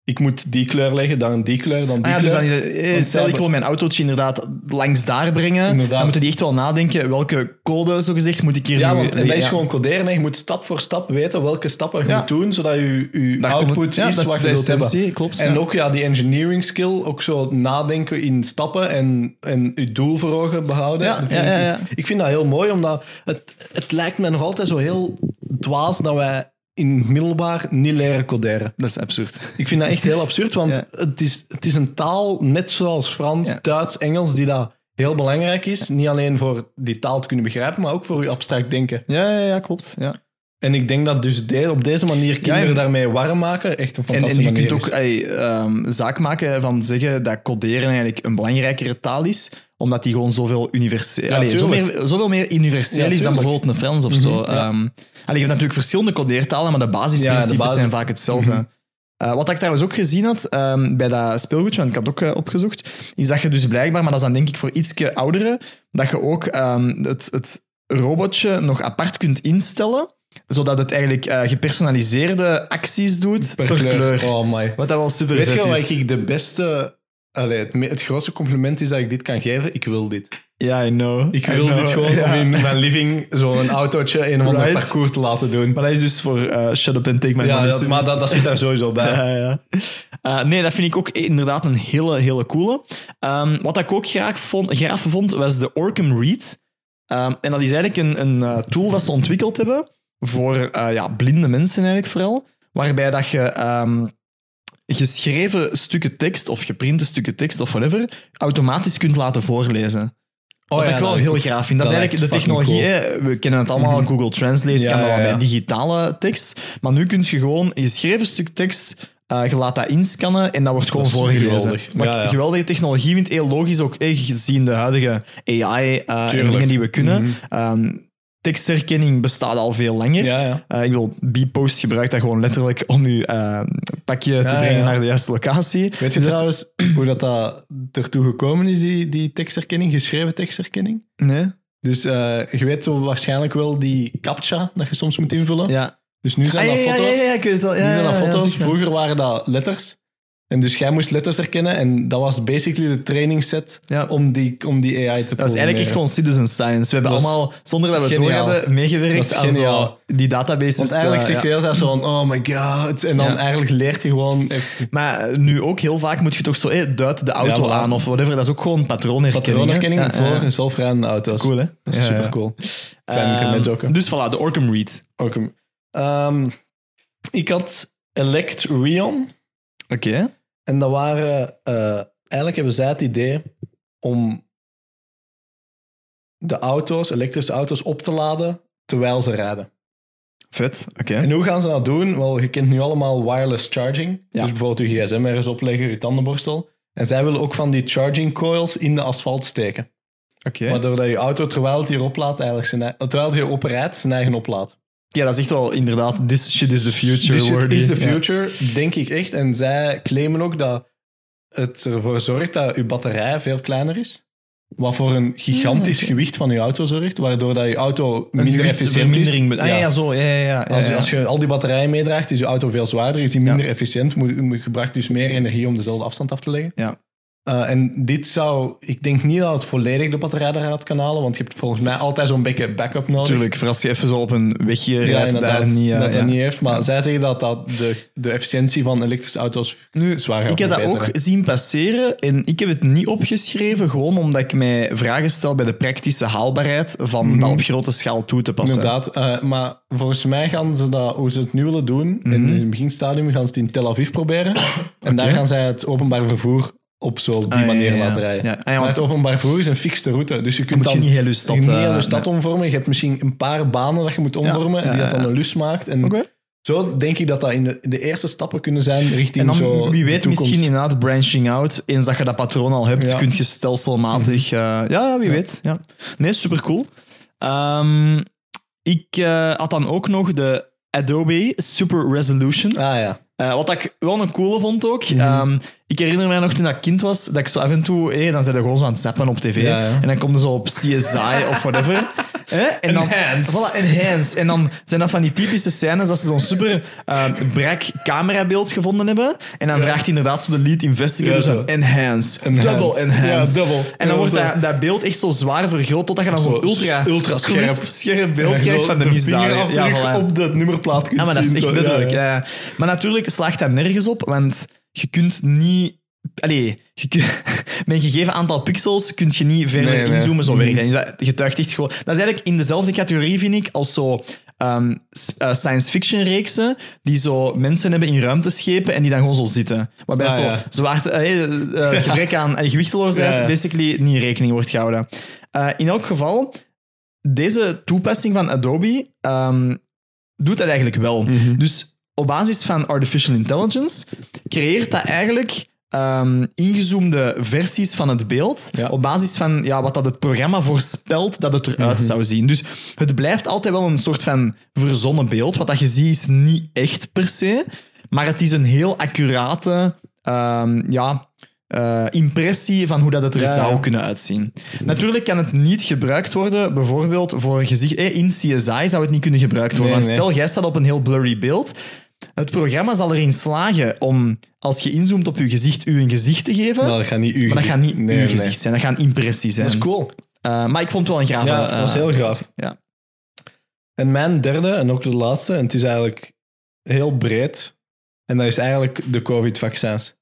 ik moet die kleur leggen, dan die kleur, dan die Ah ja, dus kleur. dan, eh, Want stel zij- ik wil mijn autootje inderdaad langs daar brengen, Inderdaad. dan moeten die echt wel nadenken welke code, zogezegd, moet ik hier Ja, nu... want en dat is ja. gewoon coderen. hè. Je moet stap voor stap weten welke stappen je Ja. moet doen, zodat je, je Daar komt het- output ja, is dat is wat je de wilt essentie, hebben. klopt, En ja. ook ja, die engineering skill, ook zo het nadenken in stappen en, en je doel voor ogen behouden. Ja, Dat vind ja, ja, ik- ja. Ik vind dat heel mooi, omdat het, het lijkt mij nog altijd zo heel dwaas dat wij in het middelbaar niet leren coderen. Dat is absurd. Ik vind dat echt heel absurd, want Ja. het, is, het is een taal net zoals Frans, Ja. Duits, Engels, die dat heel belangrijk is. Niet alleen voor die taal te kunnen begrijpen, maar ook voor je abstract denken. Ja, ja, ja klopt. Ja. En ik denk dat dus de- op deze manier kinderen en- daarmee warm maken echt een En, en je fantastische manier kunt ook is. ey, ehm, zaak maken van zeggen dat coderen eigenlijk een belangrijkere taal is, omdat die gewoon zoveel universeel, allee, zo tuurlijk. meer- zoveel meer universeel Ja, is dan tuurlijk. Mhm, bijvoorbeeld een Frans of zo. Ehm allee, je hebt natuurlijk verschillende codeertalen, maar de basisprincipes Ja, de basis- Mhm. zijn vaak hetzelfde. Eh, wat ik trouwens ook gezien had ehm, bij dat speelgoedje, want ik had ook eh, opgezocht, is dat je dus blijkbaar, maar dat is dan denk ik voor ietsje ouderen, dat je ook ehm, het, het robotje nog apart kunt instellen, zodat het eigenlijk eh, gepersonaliseerde acties doet per, kleur. Oh my. Wat dat wel super Weet je vet Dus is. wat ik de beste... Allee, het, me- het grootste compliment is dat ik dit kan geven. Ik wil dit. Ja, I know. Ik wil dit gewoon om in mijn living zo'n autootje een of ander Right. parcours te laten doen. Maar dat is dus voor eh, Shut Up and Take My Ja, Money. dat, maar dat, dat zit daar sowieso bij. Ja, ja. Eh, nee, dat vind ik ook inderdaad een hele, hele coole. Ehm, wat ik ook graag vond, graaf vond, was de Orcam Read. Ehm, en dat is eigenlijk een, een eh, tool dat ze ontwikkeld hebben voor eh, ja, blinde mensen eigenlijk vooral. Waarbij dat je ehm, geschreven stukken tekst of geprinte stukken tekst of whatever automatisch kunt laten voorlezen. Wat Oh ja, ik wel dat heel is- graag vind. Dat, dat is lijkt eigenlijk de fucking technologie. hè. We kennen het allemaal, Google Translate Mhm. Ja, kan dat ja, wel ja. met digitale tekst. Maar nu kun je gewoon een geschreven stuk tekst, eh, je laat dat inscannen en dat wordt gewoon Dat is voorgelezen. geweldig. Maar Ja, ik- ja. geweldige technologie vind ik heel logisch, ook eh, gezien de huidige AI eh, en Tuurlijk. Mhm. dingen die we kunnen. Ehm, tekstherkenning bestaat al veel langer. Ja, ja. Eh, ik wil B-post gebruikt dat gewoon letterlijk om je eh, pakje te Ja, brengen ja. naar de juiste locatie. Weet je Dus dat is- trouwens hoe dat, dat ertoe gekomen is, die, die tekstherkenning, geschreven tekstherkenning? Nee? Dus eh, je weet zo waarschijnlijk wel die captcha dat je soms moet invullen. Ja. Dus nu zijn Ah, dat ja, ja, foto's. ja, ja, ik weet het wel. Ja, nu zijn dat ja, ja, foto's. zeg maar. Vroeger waren dat letters. En dus jij moest letters herkennen. En dat was basically de training set Ja. om, die, om die AI te programmeren. Dat is eigenlijk echt gewoon citizen science. We hebben Dat is allemaal, zonder dat we het door geniaal. hadden, Dat meegewerkt is aan geniaal. zo die databases. Want eigenlijk eh, zegt ja. hij heel tijd zo van, oh my god. En dan Ja. eigenlijk leert hij gewoon echt Maar nu ook heel vaak moet je toch zo, hé, duid de auto Ja, maar- aan of whatever. Dat is ook gewoon patroonherkenning. hè? patroonherkenning Ja, ja. voor een zelfrijdende auto's. Cool, hè? Dat is Ja, ja. super cool. Klein Ehm, internet ook. hè. Dus voilà, de Orcam Read. Ook een- Ehm, ik had Elect Rion. Oké. En dat waren... eh, eigenlijk hebben zij het idee om de auto's, elektrische auto's, op te laden terwijl ze rijden. Vet, oké. En hoe gaan ze dat doen? Wel, je kent nu allemaal wireless charging. Ja. Dus bijvoorbeeld je gsm ergens opleggen, je tandenborstel. En zij willen ook van die charging coils in de asfalt steken. Oké. Waardoor dat je auto, terwijl het hier oplaadt, eigenlijk zijn, ei- terwijl het hier oprijdt, zijn eigen oplaadt. Ja, dat is echt wel inderdaad, this shit is the future. Dus het wordy. is de Ja. future, denk ik echt. En zij claimen ook dat het ervoor zorgt dat je batterij veel kleiner is. Wat voor een gigantisch gewicht van je auto zorgt, waardoor dat je Een auto minder efficiënt is. gewichtsvermindering. Ah, ja. ja, zo. Ja, ja, ja. Als, ja, ja. als je al die batterijen meedraagt, is je auto veel zwaarder, is die minder efficiënt, moet, moet- gebruikt dus meer energie om dezelfde afstand af te leggen. Ja. Eh, en dit zou, ik denk niet dat het volledig de batterij eruit kan halen, want je hebt volgens mij altijd zo'n beetje backup nodig. Tuurlijk, voor als je even zo op een wegje Ja, rijdt, inderdaad, daar niet... eh, dat dat ja. niet heeft. Maar zij zeggen dat, dat de, de efficiëntie van elektrische auto's Nu, zwaar gaat Ik heb dat ook verbeteren. zien passeren en ik heb het niet opgeschreven, gewoon omdat ik mij vragen stel bij de praktische haalbaarheid van dat op grote schaal toe te passen. Mhm. Inderdaad, eh, maar volgens mij gaan ze dat, hoe ze het nu willen doen, Mhm. in het beginstadium gaan ze het in Tel Aviv proberen. En daar gaan zij het openbaar vervoer op zo'n die ja, manier ja, ja. laten rijden. Ja, ah, ja, Maar want- het openbaar vervoer is een fikste route, dus je kunt moet je dan niet heel je stad, niet eh, heel je stad omvormen. Je hebt misschien een paar banen dat je moet omvormen, ja, die dat ja, dan een lus maakt. En Oké. Zo denk ik dat dat in de, de eerste stappen kunnen zijn richting En dan, zo wie de weet, toekomst. misschien inderdaad branching out. Eens dat je dat patroon al hebt, Ja. Mhm. kun je stelselmatig... eh, ja, wie weet. Ja. Nee, supercool. Ehm, ik eh, had dan ook nog de Adobe Super Resolution. Ah ja. Eh, wat ik wel een coole vond ook. Mhm. ehm, ik herinner mij nog toen ik kind was, dat ik zo af en toe... hé, dan zijn we gewoon zo aan het zappen op tv. Ja, ja. En dan komt er zo op CSI of whatever. Hè? En dan, Enhanced. Voilà, enhanced. En dan zijn dat van die typische scènes dat ze zo'n super eh, brak camerabeeld gevonden hebben. En dan vraagt inderdaad zo de lead investigator Ja, dus zo. aan enhanced, double enhanced. Ja, double. En Ja, dan wordt zo. dat, dat beeld echt zo zwaar vergroot totdat je dan zo'n Zo ultra, ultra scherp. scherp En beeld dat je krijgt zo van de, misdaad. vingerafdruk op de nummerplaat kunt Ja, maar dat is zien, echt zo. letterlijk. Ja, ja. Ja, Maar natuurlijk slaagt dat nergens op, want je kunt niet. Allee, je kun- met een gegeven aantal pixels kun je niet verder Nee, Mhm. nee. inzoomen, zo werkt dat niet. Dus dat getuigt echt gewoon. Dat is eigenlijk in dezelfde categorie, vind ik, als zo. ehm, s- eh, science fiction reeksen die zo mensen hebben in ruimteschepen en die dan gewoon zo zitten. Waarbij Ah, zo ja. zwaarte, eh, eh, eh, gebrek aan eh, gewichteloosheid Ja, ja. basically niet rekening wordt gehouden. Eh, in elk geval, deze toepassing van Adobe ehm, doet dat eigenlijk wel. Mhm. Dus op basis van artificial intelligence creëert dat eigenlijk ehm, ingezoomde versies van het beeld Ja. op basis van ja, wat dat het programma voorspelt dat het eruit Mhm. zou zien. Dus het blijft altijd wel een soort van verzonnen beeld. Wat dat je ziet is niet echt per se, maar het is een heel accurate ehm, ja, eh, impressie van hoe dat het er Ja, zou ja. kunnen uitzien. Natuurlijk kan het niet gebruikt worden, bijvoorbeeld voor gezicht. eh, in CSI zou het niet kunnen gebruikt worden. Nee, want nee. stel, jij staat op een heel blurry beeld. Het programma zal erin slagen om, als je inzoomt op je gezicht, u een gezicht te geven. Maar dat gaat niet Nou, uw maar dat gaat niet nee, uw nee. gezicht zijn, dat gaan impressies zijn. Dat is cool. Eh, maar ik vond het wel een graaf. Ja, dat was heel graaf. Ja. En mijn derde, en ook de laatste, en het is eigenlijk heel breed, en dat is eigenlijk de COVID-vaccins.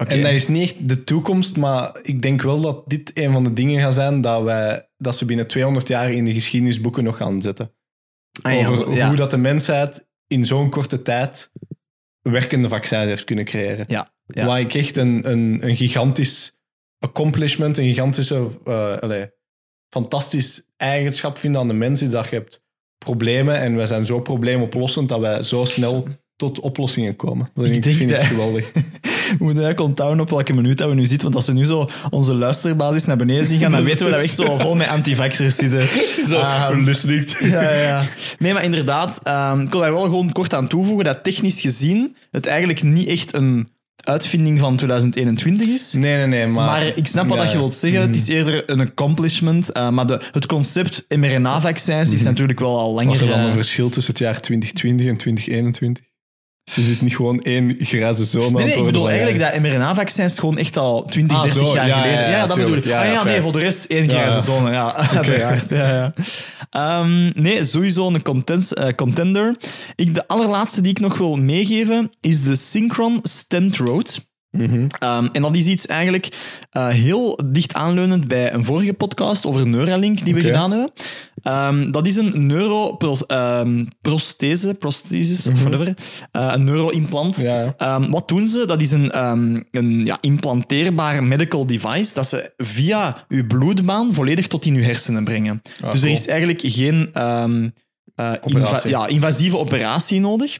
Oké. En dat is niet echt de toekomst, maar ik denk wel dat dit een van de dingen gaat zijn dat, wij, dat ze binnen 200 jaar in de geschiedenisboeken nog gaan zetten. Ah, ja, Over ja. hoe dat de mensheid in zo'n korte tijd werkende vaccins heeft kunnen creëren. Ja, ja. Waar ik echt een, een, een gigantisch accomplishment, een gigantische, eh, allee, fantastisch eigenschap vind aan de mens, is dat je hebt problemen en wij zijn zo probleemoplossend dat wij zo snel tot oplossingen komen. Dat Ik vind denk ik, vind ik dat- geweldig. We moeten eigenlijk onthouden op welke minuut dat we nu zitten. Want als we nu zo onze luisterbasis naar beneden zien gaan, dan weten we dat we echt zo vol met antivaxers zitten. Ehm, lust niet. ja, ja, ja. Nee, maar inderdaad, ehm, ik wil daar wel gewoon kort aan toevoegen dat technisch gezien het eigenlijk niet echt een uitvinding van 2021 is. Nee, nee, nee, maar... Maar ik snap wat Ja, dat je ja. Mhm. wilt zeggen. Het is eerder een accomplishment. eh, maar de, het concept mRNA-vaccins is natuurlijk wel al langer... Mhm. Was er dan eh, een verschil tussen het jaar 2020 en 2021? Is dit niet gewoon één grijze zone aan Nee, nee, ik het worden bedoel van eigenlijk jaren? dat mRNA-vaccins gewoon echt al 20, Ah, 30 zo, jaar ja, ja, geleden... Ja, ja, dat tuurlijk. bedoel ik. Ja, ah, ja, ja, nee, fair. voor de rest één Ja, grijze ja. zone. Ja, uiteraard. Ja, ja. Ehm, nee, sowieso een contens- eh, contender. Ik, de allerlaatste die ik nog wil meegeven is de Synchron Stent Road. Mhm. Ehm, en dat is iets eigenlijk eh, heel dicht aanleunend bij een vorige podcast over Neuralink die we Oké. gedaan hebben. Ehm, dat is een neuroprosthese, prosthesis of whatever, Eh, een neuroimplant. Mhm. Ja, ja. Ehm, wat doen ze? Dat is een, ehm, een ja, implanteerbaar medical device dat ze via uw bloedbaan volledig tot in uw hersenen brengen. dus er Ah, cool. is eigenlijk geen ehm, eh, inva- Operatie. ja, invasieve operatie nodig.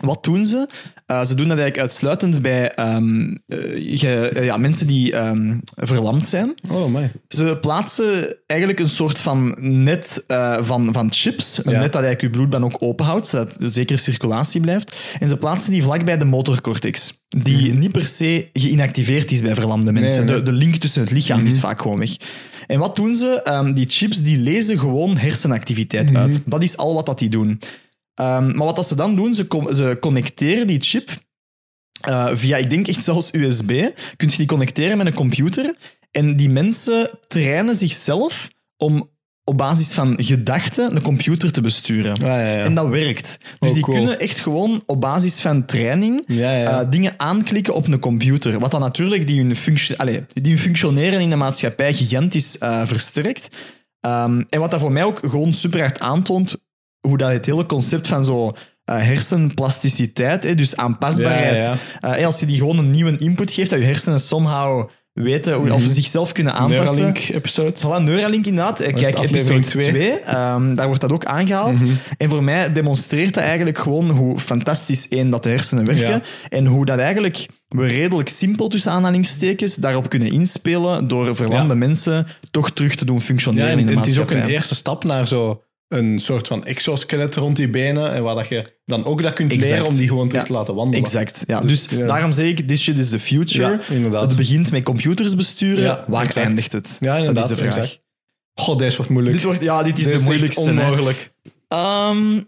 Wat doen ze? Eh, ze doen dat eigenlijk uitsluitend bij ehm, eh, ge- eh, ja, mensen die ehm, verlamd zijn. Oh, man. Ze plaatsen eigenlijk een soort van net eh, van, van chips. Een Ja. net dat eigenlijk je bloedbaan ook openhoudt, zodat er zeker circulatie blijft. En ze plaatsen die vlakbij de motorcortex, die niet per se geïnactiveerd is bij verlamde mensen. Mhm. nee. Mhm. De, de link tussen het lichaam is vaak gewoon weg. En wat doen ze? Ehm, die chips die lezen gewoon hersenactiviteit Mhm. uit. Dat is al wat dat die doen. Ehm, maar wat dat ze dan doen, ze, com- ze connecteren die chip eh, via, ik denk echt zelfs USB, kun je die connecteren met een computer. En die mensen trainen zichzelf om op basis van gedachten een computer te besturen. Ah, Ja, ja, ja. En dat werkt. Dus Oh, die cool. kunnen echt gewoon op basis van training Ja, ja, ja. eh, dingen aanklikken op een computer. Wat dan natuurlijk die hun, functio- allee, die hun functioneren in de maatschappij gigantisch eh, versterkt. Ehm, en wat dat voor mij ook gewoon super hard aantoont, hoe dat het hele concept van zo eh, hersenplasticiteit, hè, dus aanpasbaarheid, Ja, ja, eh, hey, als je die gewoon een nieuwe input geeft, dat je hersenen somehow weten hoe, Mhm. of ze zichzelf kunnen aanpassen. Neuralink-episode. Voilà, Neuralink inderdaad. Eh, is Kijk, de episode aflevering 2, Mhm. ehm, daar wordt dat ook aangehaald. En voor mij demonstreert dat eigenlijk gewoon hoe fantastisch één dat de hersenen werken. Ja. En hoe dat eigenlijk we redelijk simpel tussen aanhalingstekens daarop kunnen inspelen door verlamde Ja. mensen toch terug te doen Ja, functioneren en in de het is ook maatschappij. een eerste stap naar zo een soort van exoskelet rond die benen. En waar dat je dan ook dat kunt Exact. leren om die gewoon terug Ja. te laten wandelen. Exact. Ja. Dus, Dus, ja. daarom zeg ik, this shit is the future. Ja, inderdaad. het begint met computers besturen. Ja, Waar exact. eindigt het? Ja, dat is inderdaad, de vraag. exact. God, deze wordt moeilijk. Dit, wordt, ja, dit is Deze de echt moeilijkste. hè. onmogelijk. Ehm,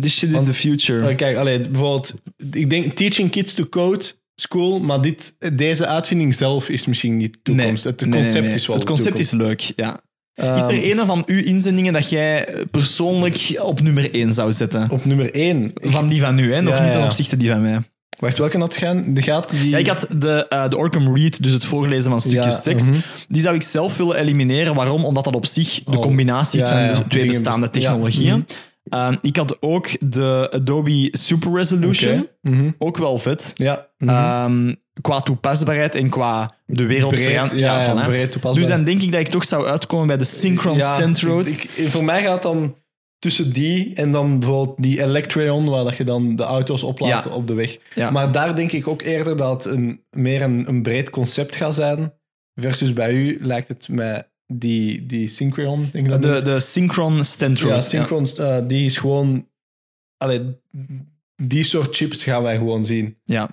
this shit is Want- the future. Maar Eh, Kijk, allee, bijvoorbeeld, ik denk teaching kids to code is cool, maar dit, deze uitvinding zelf is misschien niet de toekomst. het nee, nee, concept nee. is wel Het de concept is toekomst. Ehm, leuk, ja. is er een van uw inzendingen dat jij persoonlijk op nummer 1 zou zetten? Op nummer 1. Van die van nu, hè? Nog Ja, niet ja. ten opzichte die van mij. Wacht, welke had gaan? De gaat die... Ja, ik had de, eh, de Orcum Read, dus het voorlezen van stukjes Ja, mhm. tekst, die zou ik zelf willen elimineren. Waarom? Omdat dat op zich de Al- combinaties Oh. ja, van ja, de twee dingen bestaande best- ja, mhm. technologieën. Eh, ik had ook de Adobe Super Resolution. Oké, mhm. Ook wel vet. Ja. Ehm, qua toepasbaarheid en qua de wereld Breed, verand- ja, ja, voilà. breed toepasbaar. Dus dan denk ik dat ik toch zou uitkomen bij de Synchron Stand Road. ik- ik- voor mij gaat dan tussen die en dan bijvoorbeeld die Electreon, waar dat je dan de auto's oplaat Ja. op de weg. Ja. Maar daar denk ik ook eerder dat het een, meer een, een breed concept gaat zijn. Versus bij u lijkt het met die, die Synchron. Denk ik dat de, noemt. de Synchron Stand Road. ja, ja. Synchron, eh, die is gewoon... Allee, die soort chips gaan wij gewoon zien. Ja.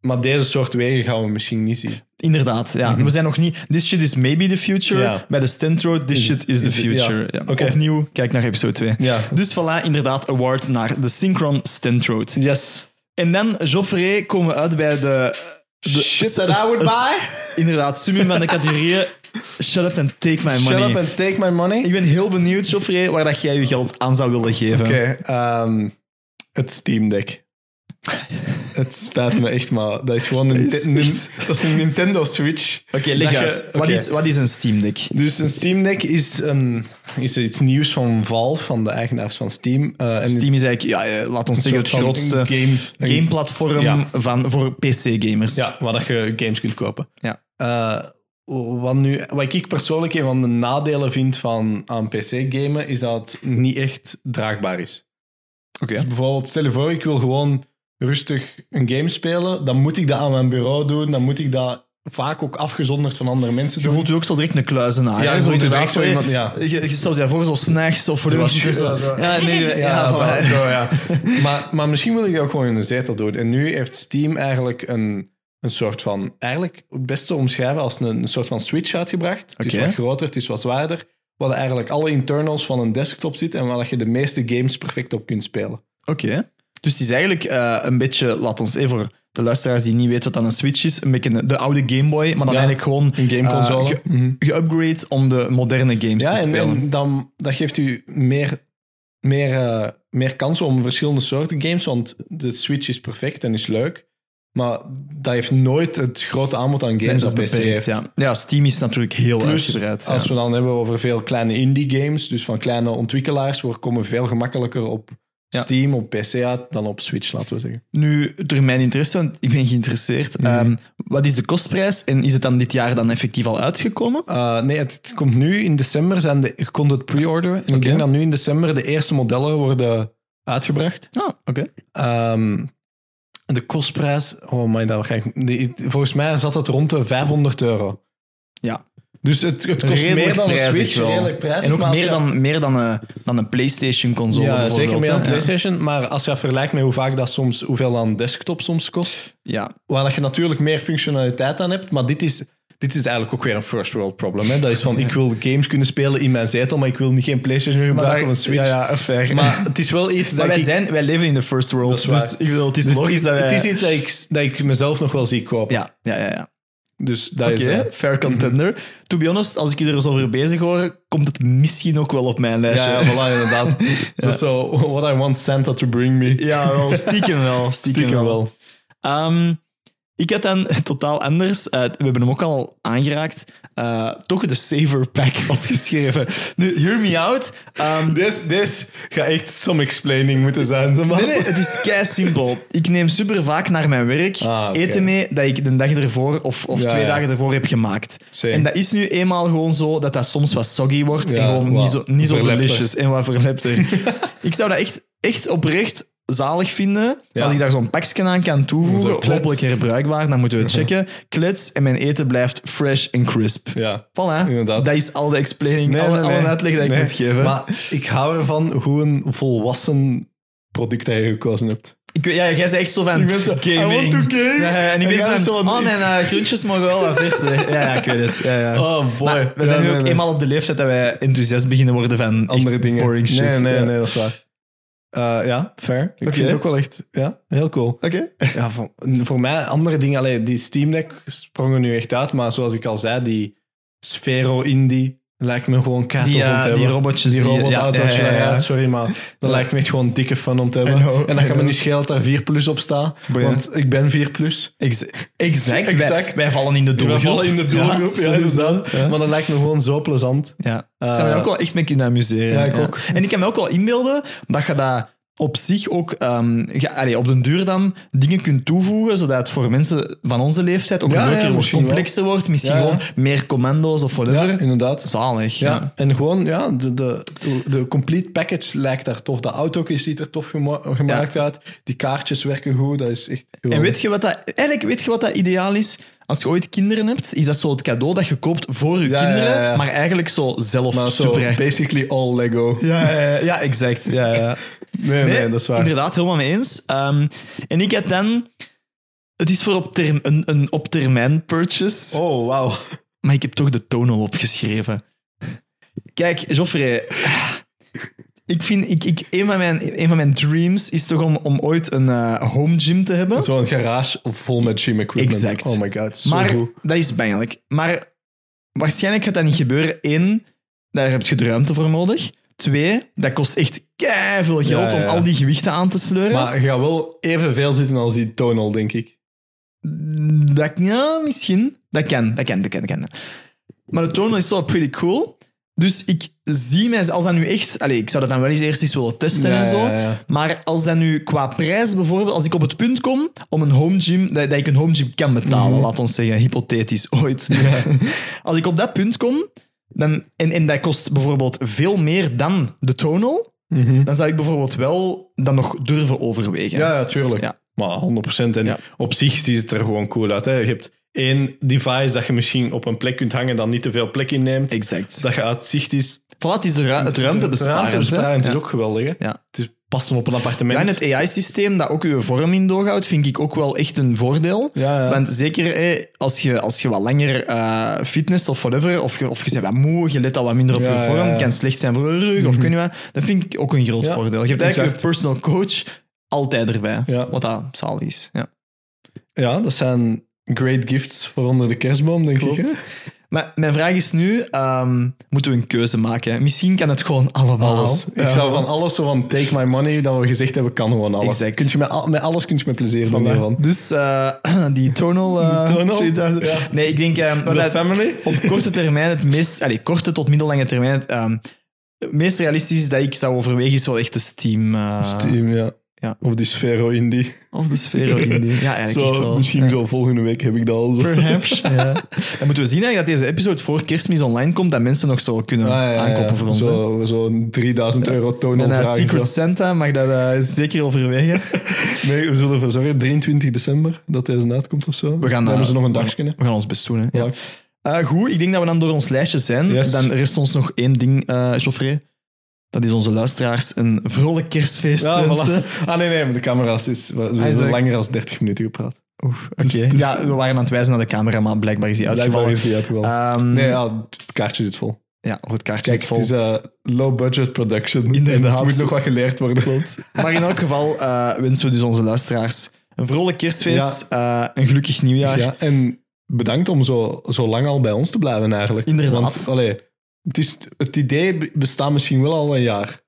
Maar deze soort wegen gaan we misschien niet zien. Inderdaad, ja. We zijn nog niet... This shit is maybe the future. Mhm. Ja. Bij de Stand Road, this shit is the is- ja. future. Ja. Oké. Opnieuw, kijk naar episode 2. Ja. Dus voilà, inderdaad, award naar de Synchron Stand Road. Yes. En dan, Geoffrey, komen we uit bij de... de Shit that het- I would het- buy. Inderdaad, summum van de categorieën. Shut up and take my money. Shut up and take my money. Ik ben heel benieuwd, Geoffrey, waar dat jij je geld aan zou willen geven. Oké, ehm, het Steam Deck. het spijt me echt, maar dat is gewoon een, is Nin- dat is een Nintendo Switch. Oké, leg Dat je- uit. Wat, oké. is, wat is een Steam Deck? Dus een Steam Deck is, een, is iets nieuws van Valve, van de eigenaars van Steam. Eh, en Steam is eigenlijk, ja, eh, laat ons zeggen, het soort van grootste een game- een- gameplatform Ja. van, voor PC-gamers. Ja, waar Dus dat je games kunt kopen. Ja. Eh, wat, nu, wat ik persoonlijk een van de nadelen vind van aan PC-gamen, is dat het niet echt draagbaar is. Oké. Dus bijvoorbeeld, stel je voor, ik wil gewoon rustig een game spelen. Dan moet ik dat aan mijn bureau doen. Dan moet ik dat vaak ook afgezonderd van andere mensen Je doen. voelt je ook zo direct een kluizenaar. Ja, hè? je zo voelt je inderdaad. direct zo hè? iemand- ja. je, je stelt je voor zo s'nachts of voor de was- zo- ja, zo. Ja, nee, ja, dat- voilà. zo, ja. maar, maar misschien wil ik dat gewoon in een zetel doen. En nu heeft Steam eigenlijk een, een soort van... Eigenlijk het best te omschrijven als een, een soort van Switch uitgebracht. Het is Oké. wat groter, het is wat zwaarder. Waar eigenlijk alle internals van een desktop zit. En waar dat je de meeste games perfect op kunt spelen. Oké. Dus het is eigenlijk eh, een beetje, laat ons even voor de luisteraars die niet weten wat dan een Switch is, een beetje een- de oude Game Boy, maar dan Ja, eigenlijk gewoon een gameconsole. Mhm. eh, ge- geüpgrade om de moderne games Ja, te en, spelen. en dan, dat geeft u meer, meer, eh, meer kansen om verschillende soorten games. Want de Switch is perfect en is leuk. Maar dat heeft nooit het grote aanbod aan games Nee, dat, PC beperkt, heeft. ja. ja, Steam is natuurlijk heel Plus, uitgebreid. als ja. we dan hebben over veel kleine indie games, dus van kleine ontwikkelaars, we komen veel gemakkelijker op Ja. Steam, op PC uit dan op Switch, laten we zeggen. Nu, door mijn interesse, want ik ben geïnteresseerd. ehm, wat is de kostprijs en is het dan dit jaar dan effectief al uitgekomen? Eh, nee, het, het komt nu in december, zijn de, je kon het pre-orderen. En Ik denk dat nu in december de eerste modellen worden uitgebracht. Ah, oké. Ehm, de kostprijs, oh my, daar ga ik, die- volgens mij zat het rond de 500 euro. Ja. Dus het, het kost Redelijk meer dan een prijzig Switch, wel. redelijk prijzig. En ook maar als meer, je- dan, meer dan, een, dan een PlayStation-console ja, zeker meer dan hè. PlayStation. Maar als je dat vergelijkt met hoe vaak dat soms, hoeveel aan desktop soms kost, Ja. waar dat je natuurlijk meer functionaliteit aan hebt, maar dit is, dit is eigenlijk ook weer een first world problem. Hè? Dat is van, ik wil games kunnen spelen in mijn zetel, maar ik wil niet geen PlayStation gebruiken of een Switch. Ja, ja, fair. Maar, Maar het is wel iets dat wij, ik... zijn, wij leven in de first world, is waar. dus ik bedoel, het is dus logisch dat wij... Het is iets dat ik, dat ik mezelf nog wel zie kopen. ja, ja, ja. ja. Dus dat Oké, is... eh, fair contender. To be honest, als ik je er eens over bezig hoor, komt het misschien ook wel op mijn lijstje. Ja, ja, voilà, inderdaad. Dat is zo, what I want Santa to bring me. Ja, wel, stiekem wel. Stiekem, Stiekem wel. Ehm, Ik had dan totaal anders, eh, we hebben hem ook al aangeraakt, eh, toch de Saver Pack opgeschreven. Nu, hear me out. Ehm, Dit dit gaat echt some explaining moeten zijn. Zo, man. Nee, nee, het is kei simpel. Ik neem super vaak naar mijn werk Ah, oké. eten mee dat ik de dag ervoor of, of Ja, twee ja. dagen ervoor heb gemaakt. Same. En dat is nu eenmaal gewoon zo dat dat soms wat soggy wordt en Ja, gewoon wat niet zo, niet zo verlepter. delicious en wat verlepter. ik zou dat echt, echt oprecht zalig vinden Ja. als ik daar zo'n pakje aan kan toevoegen. Zo klets. Hopelijk herbruikbaar, dan moeten we het checken. Klets en mijn eten blijft fresh en crisp. Ja. Voilà, Inderdaad. dat is al de explaining, alle, alle uitleg dat ik nee. moet geven. Maar ik hou ervan hoe een volwassen product dat je gekozen hebt. Ik weet, ja, jij zei echt zo van ben zo, gaming. I want to game. Ja, ja, en ik ben En jij zo, bent van, zo- oh mijn eh, groentjes mogen wel wat vers zijn. Ja, ja, ik weet het. Ja, ja. Oh boy. Maar we zijn nu ook eenmaal op de leeftijd dat wij enthousiast beginnen worden van echt andere dingen. boring shit. Nee, nee, Ja. nee, dat is waar. Eh, ja, fair. Ik Oké. vind het ook wel echt ja, heel cool. Oké. Ja, voor, voor mij andere dingen. Allee, die Steam Deck sprongen nu echt uit. Maar zoals ik al zei, die Sphero Indie lijkt me gewoon keihard Die, tof om eh, te die hebben. robotjes. Die ja, robotautootje, ja, ja, ja. ja, sorry, maar dat lijkt me echt gewoon dikke fun om te hebben. I know, en I dan kan me know. niet schelen dat daar 4 plus op staat, ja. want ik ben 4 plus. Ex- exact. Exact. Wij, wij vallen in de We doelgroep. vallen in de doelgroep, ja, sowieso. inderdaad. Ja. Maar dat lijkt me gewoon zo plezant. Ja. ik zou me Eh, daar ook wel echt mee kunnen amuseren. ja, ik ook. En ik kan me ook wel inbeelden dat je dat op zich ook ehm, ge- allee, op den duur dan dingen kunt toevoegen, zodat het voor mensen van onze leeftijd ook Ja, ja, leuker wordt, misschien wel. complexer wordt, misschien Ja, ja. gewoon meer commando's of whatever. inderdaad. Zalig. Ja. Ja. en gewoon, ja, de, de, de complete package lijkt daar tof. De auto ziet er tof gema- gemaakt uit. Die kaartjes werken goed, dat is echt En geweldig. weet je wat dat, eigenlijk weet je wat dat ideaal is? Als je ooit kinderen hebt, is dat zo het cadeau dat je koopt voor je Ja, kinderen, ja, ja. maar eigenlijk zo zelf Maar zo, super echt. basically all Lego. Ja, ja, ja, ja, exact. Ja, ja. Nee, nee, dat is waar. Inderdaad, helemaal mee eens. Ehm, en ik had dan... Het is voor op term- een, een op termijn purchase, Oh, wauw. maar ik heb toch de tonal opgeschreven. Kijk, Joffrey... Ik vind... Ik, ik, een, van mijn, een van mijn dreams is toch om, om ooit een eh, home gym te hebben. Zo'n garage vol met gym equipment. Exact. Oh my god, zo maar goed. dat is pijnlijk. Maar waarschijnlijk gaat dat niet gebeuren. Eén, daar heb je de ruimte voor nodig. Twee, dat kost echt veel geld Ja, ja, ja. om al die gewichten aan te sleuren. Maar je gaat wel evenveel zitten als die tonal, denk ik. Dat, ja, misschien. Dat kan, dat kan, dat kan, dat kan. Maar de tonal is wel pretty cool. Dus ik zie mij, als dat nu echt... Allee, ik zou dat dan wel eens eerst eens willen testen Ja, en zo. ja, ja. Maar als dat nu qua prijs bijvoorbeeld... Als ik op het punt kom om een home gym... Dat, dat ik een home gym kan betalen, laat ons zeggen. Hypothetisch, ooit. als ik op dat punt kom... Dan, en, en dat kost bijvoorbeeld veel meer dan de tonal... Dan zou ik bijvoorbeeld wel dat nog durven overwegen. Ja, ja, tuurlijk. Ja. Maar 100%. En Ja. op zich ziet het er gewoon cool uit. Hè. Je hebt één device dat je misschien op een plek kunt hangen dat niet te veel plek inneemt. Exact. Dat je uit zicht is. Voilà, het is de ru- het ruimtebesparend. hè. Ruimtebesparend is Ja. ook geweldig. Hè. Ja. Het is passen op een appartement. En het AI-systeem dat ook uw vorm in doorhoudt, vind ik ook wel echt een voordeel. Ja, ja. Want zeker eh, als, je, als je wat langer eh, fitness of whatever, of je, of je bent wat moe, je let al wat minder op Ja, je vorm, ja, ja. kan slecht zijn voor je rug of kun je wat. Dat vind ik ook een groot Ja, voordeel. Je hebt eigenlijk exact. een personal coach altijd erbij, Ja. wat dat zalig is. Ja. Ja, dat zijn great gifts voor onder de kerstboom, denk ik. Hè. Maar mijn vraag is nu, ehm, moeten we een keuze maken? hè? Misschien kan het gewoon allemaal. Alles. Ja. Ik zou van alles, zo van take my money, dat we gezegd hebben, kan gewoon alles. Exact. Kunt je met, al- met alles kun je met plezier doen hiervan. Dus eh, die tonal... eh, Die tonal? 3000. Ja. Nee, ik denk... ehm, De dat- family? op korte termijn het meest... Allee, korte tot middellange termijn het ehm, het meest realistisch dat ik zou overwegen is wel echt de Steam... eh, Team, Ah. ja. Ja. Of die Sphero Indie. Of de Sphero Indie. Ja, eigenlijk echt Zo, wel. misschien zo volgende week heb ik dat al. Zo. Perhaps. ja. Dan moeten we zien eigenlijk dat deze episode voor kerstmis online komt, dat mensen nog zo kunnen Ah, ja, ja, aankopen voor ja. ons. hè. Zo, zo'n 3000 euro tonal En eh, vragen. Secret zo. Santa mag dat eh, zeker overwegen. Nee, we zullen ervoor zorgen, 23 december, dat deze uitkomt of zo. We gaan, dan eh, hebben ze nog een dagje. hè. We gaan ons best doen. Hè. Ja. Eh, goed, ik denk dat we dan door ons lijstje zijn. Yes. Dan rest ons nog één ding, eh Geoffrey. Dat is onze luisteraars een vrolijk kerstfeest Ja, wensen. voilà. Ah nee, nee, maar de camera's is we hebben Isaac. langer dan 30 minuten gepraat. Oef, oké. Dus- dus- ja, we waren aan het wijzen naar de camera, maar blijkbaar is die Blijkbaar uitgevallen. is die uitgevallen. Ehm, nee, ja. ja, het kaartje zit vol. goed, het kaartje Kijk, zit vol. het is eh, low budget production. Inderdaad. En Het moet nog wat geleerd worden. Klopt. Maar in elk geval eh, wensen we dus onze luisteraars een vrolijk kerstfeest, eh, een gelukkig nieuwjaar. Ja, en bedankt om zo, zo lang al bij ons te blijven eigenlijk. Inderdaad. Want, allee, het, is, het idee be- bestaat misschien wel al een jaar.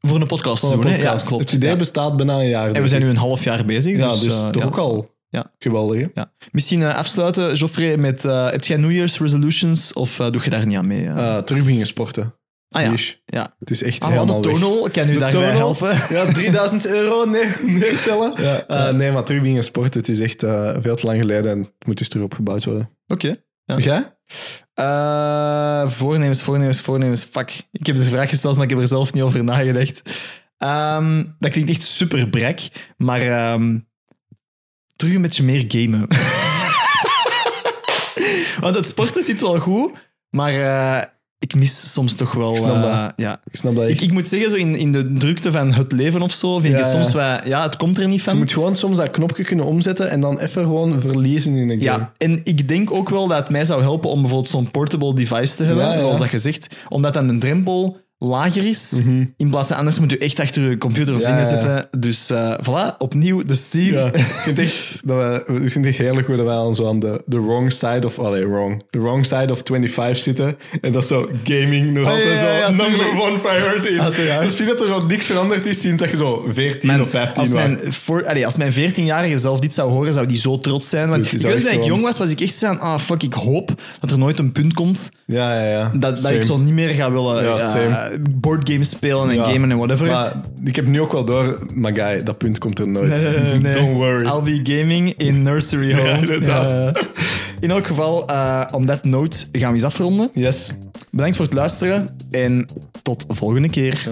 Voor een podcast te Van een doen, hè? podcast. Ja, klopt. Het idee Ja. bestaat bijna een jaar. dus. En we zijn nu een half jaar bezig, Ja, dus, dus eh, toch ja. ook al Ja. Geweldig, hè? Ja. Misschien eh, afsluiten, Geoffrey, met... eh, heb jij New Year's resolutions of eh, doe je daar niet aan mee? eh? Eh, terug beginnen sporten. ah ja, Yeesh. ja. Het is echt Ah, wel, helemaal de weg. tonal kan u De daarbij tonal? helpen. Ja, 3000 euro neer- neertellen. Ja, Eh, nee, maar terug beginnen sporten. Het is echt eh, veel te lang geleden en het moet eens terug opgebouwd worden. Oké. Ja. Jij? Eh, voornemens, voornemens, voornemens. Fuck. Ik heb dus de vraag gesteld, maar ik heb er zelf niet over nagedacht. Ehm, dat klinkt echt super brek, maar ehm, terug een beetje meer gamen. Want het sporten zit wel goed, maar eh, ik mis soms toch wel. snap dat. eh, ja. Ik snap dat echt. ik, ik moet zeggen, zo in, in de drukte van het leven of zo, vind Ja, ik het ja. soms wel. Ja, het komt er niet Je van. moet gewoon soms dat knopje kunnen omzetten en dan even gewoon verliezen in een game. Ja, en ik denk ook wel dat het mij zou helpen om bijvoorbeeld zo'n portable device te hebben, Ja, ja. zoals dat gezegd, omdat dan de drempel lager is. In plaats van anders moet je echt achter je computer of Mhm. Ja, dingen ja. zitten. Dus eh, voilà, opnieuw de Steam. Ja, ik vind echt, dat we, ik vind het echt heerlijk hoe dat wij aan zo aan de, de wrong side of... Allee, wrong. The wrong side of 25 zitten. En dat is zo gaming nog Ah, ja, altijd ja, ja, zo number tuurlijk. one priority is. Uiteraard. dus ik vind dat er zo niks veranderd is sinds dat je zo 14 of 15 als was. mijn, voor, allee, als mijn 14-jarige zelf dit zou horen, zou die zo trots zijn. Want Dude, die ik zou weet dat echt ik zo- jong was, was ik echt zo aan, ah fuck, ik hoop dat er nooit een punt komt Ja, ja, ja. dat, dat Same. ik zo niet meer ga willen Ja, eh, same. boardgames spelen en Ja. gamen en whatever. Maar ik heb nu ook wel door, maar guy, dat punt komt er nooit. Don't worry. I'll be gaming in nursery home. Ja, inderdaad. Ja. In elk geval, eh on that note gaan we eens afronden. Yes. Bedankt voor het luisteren en tot volgende keer.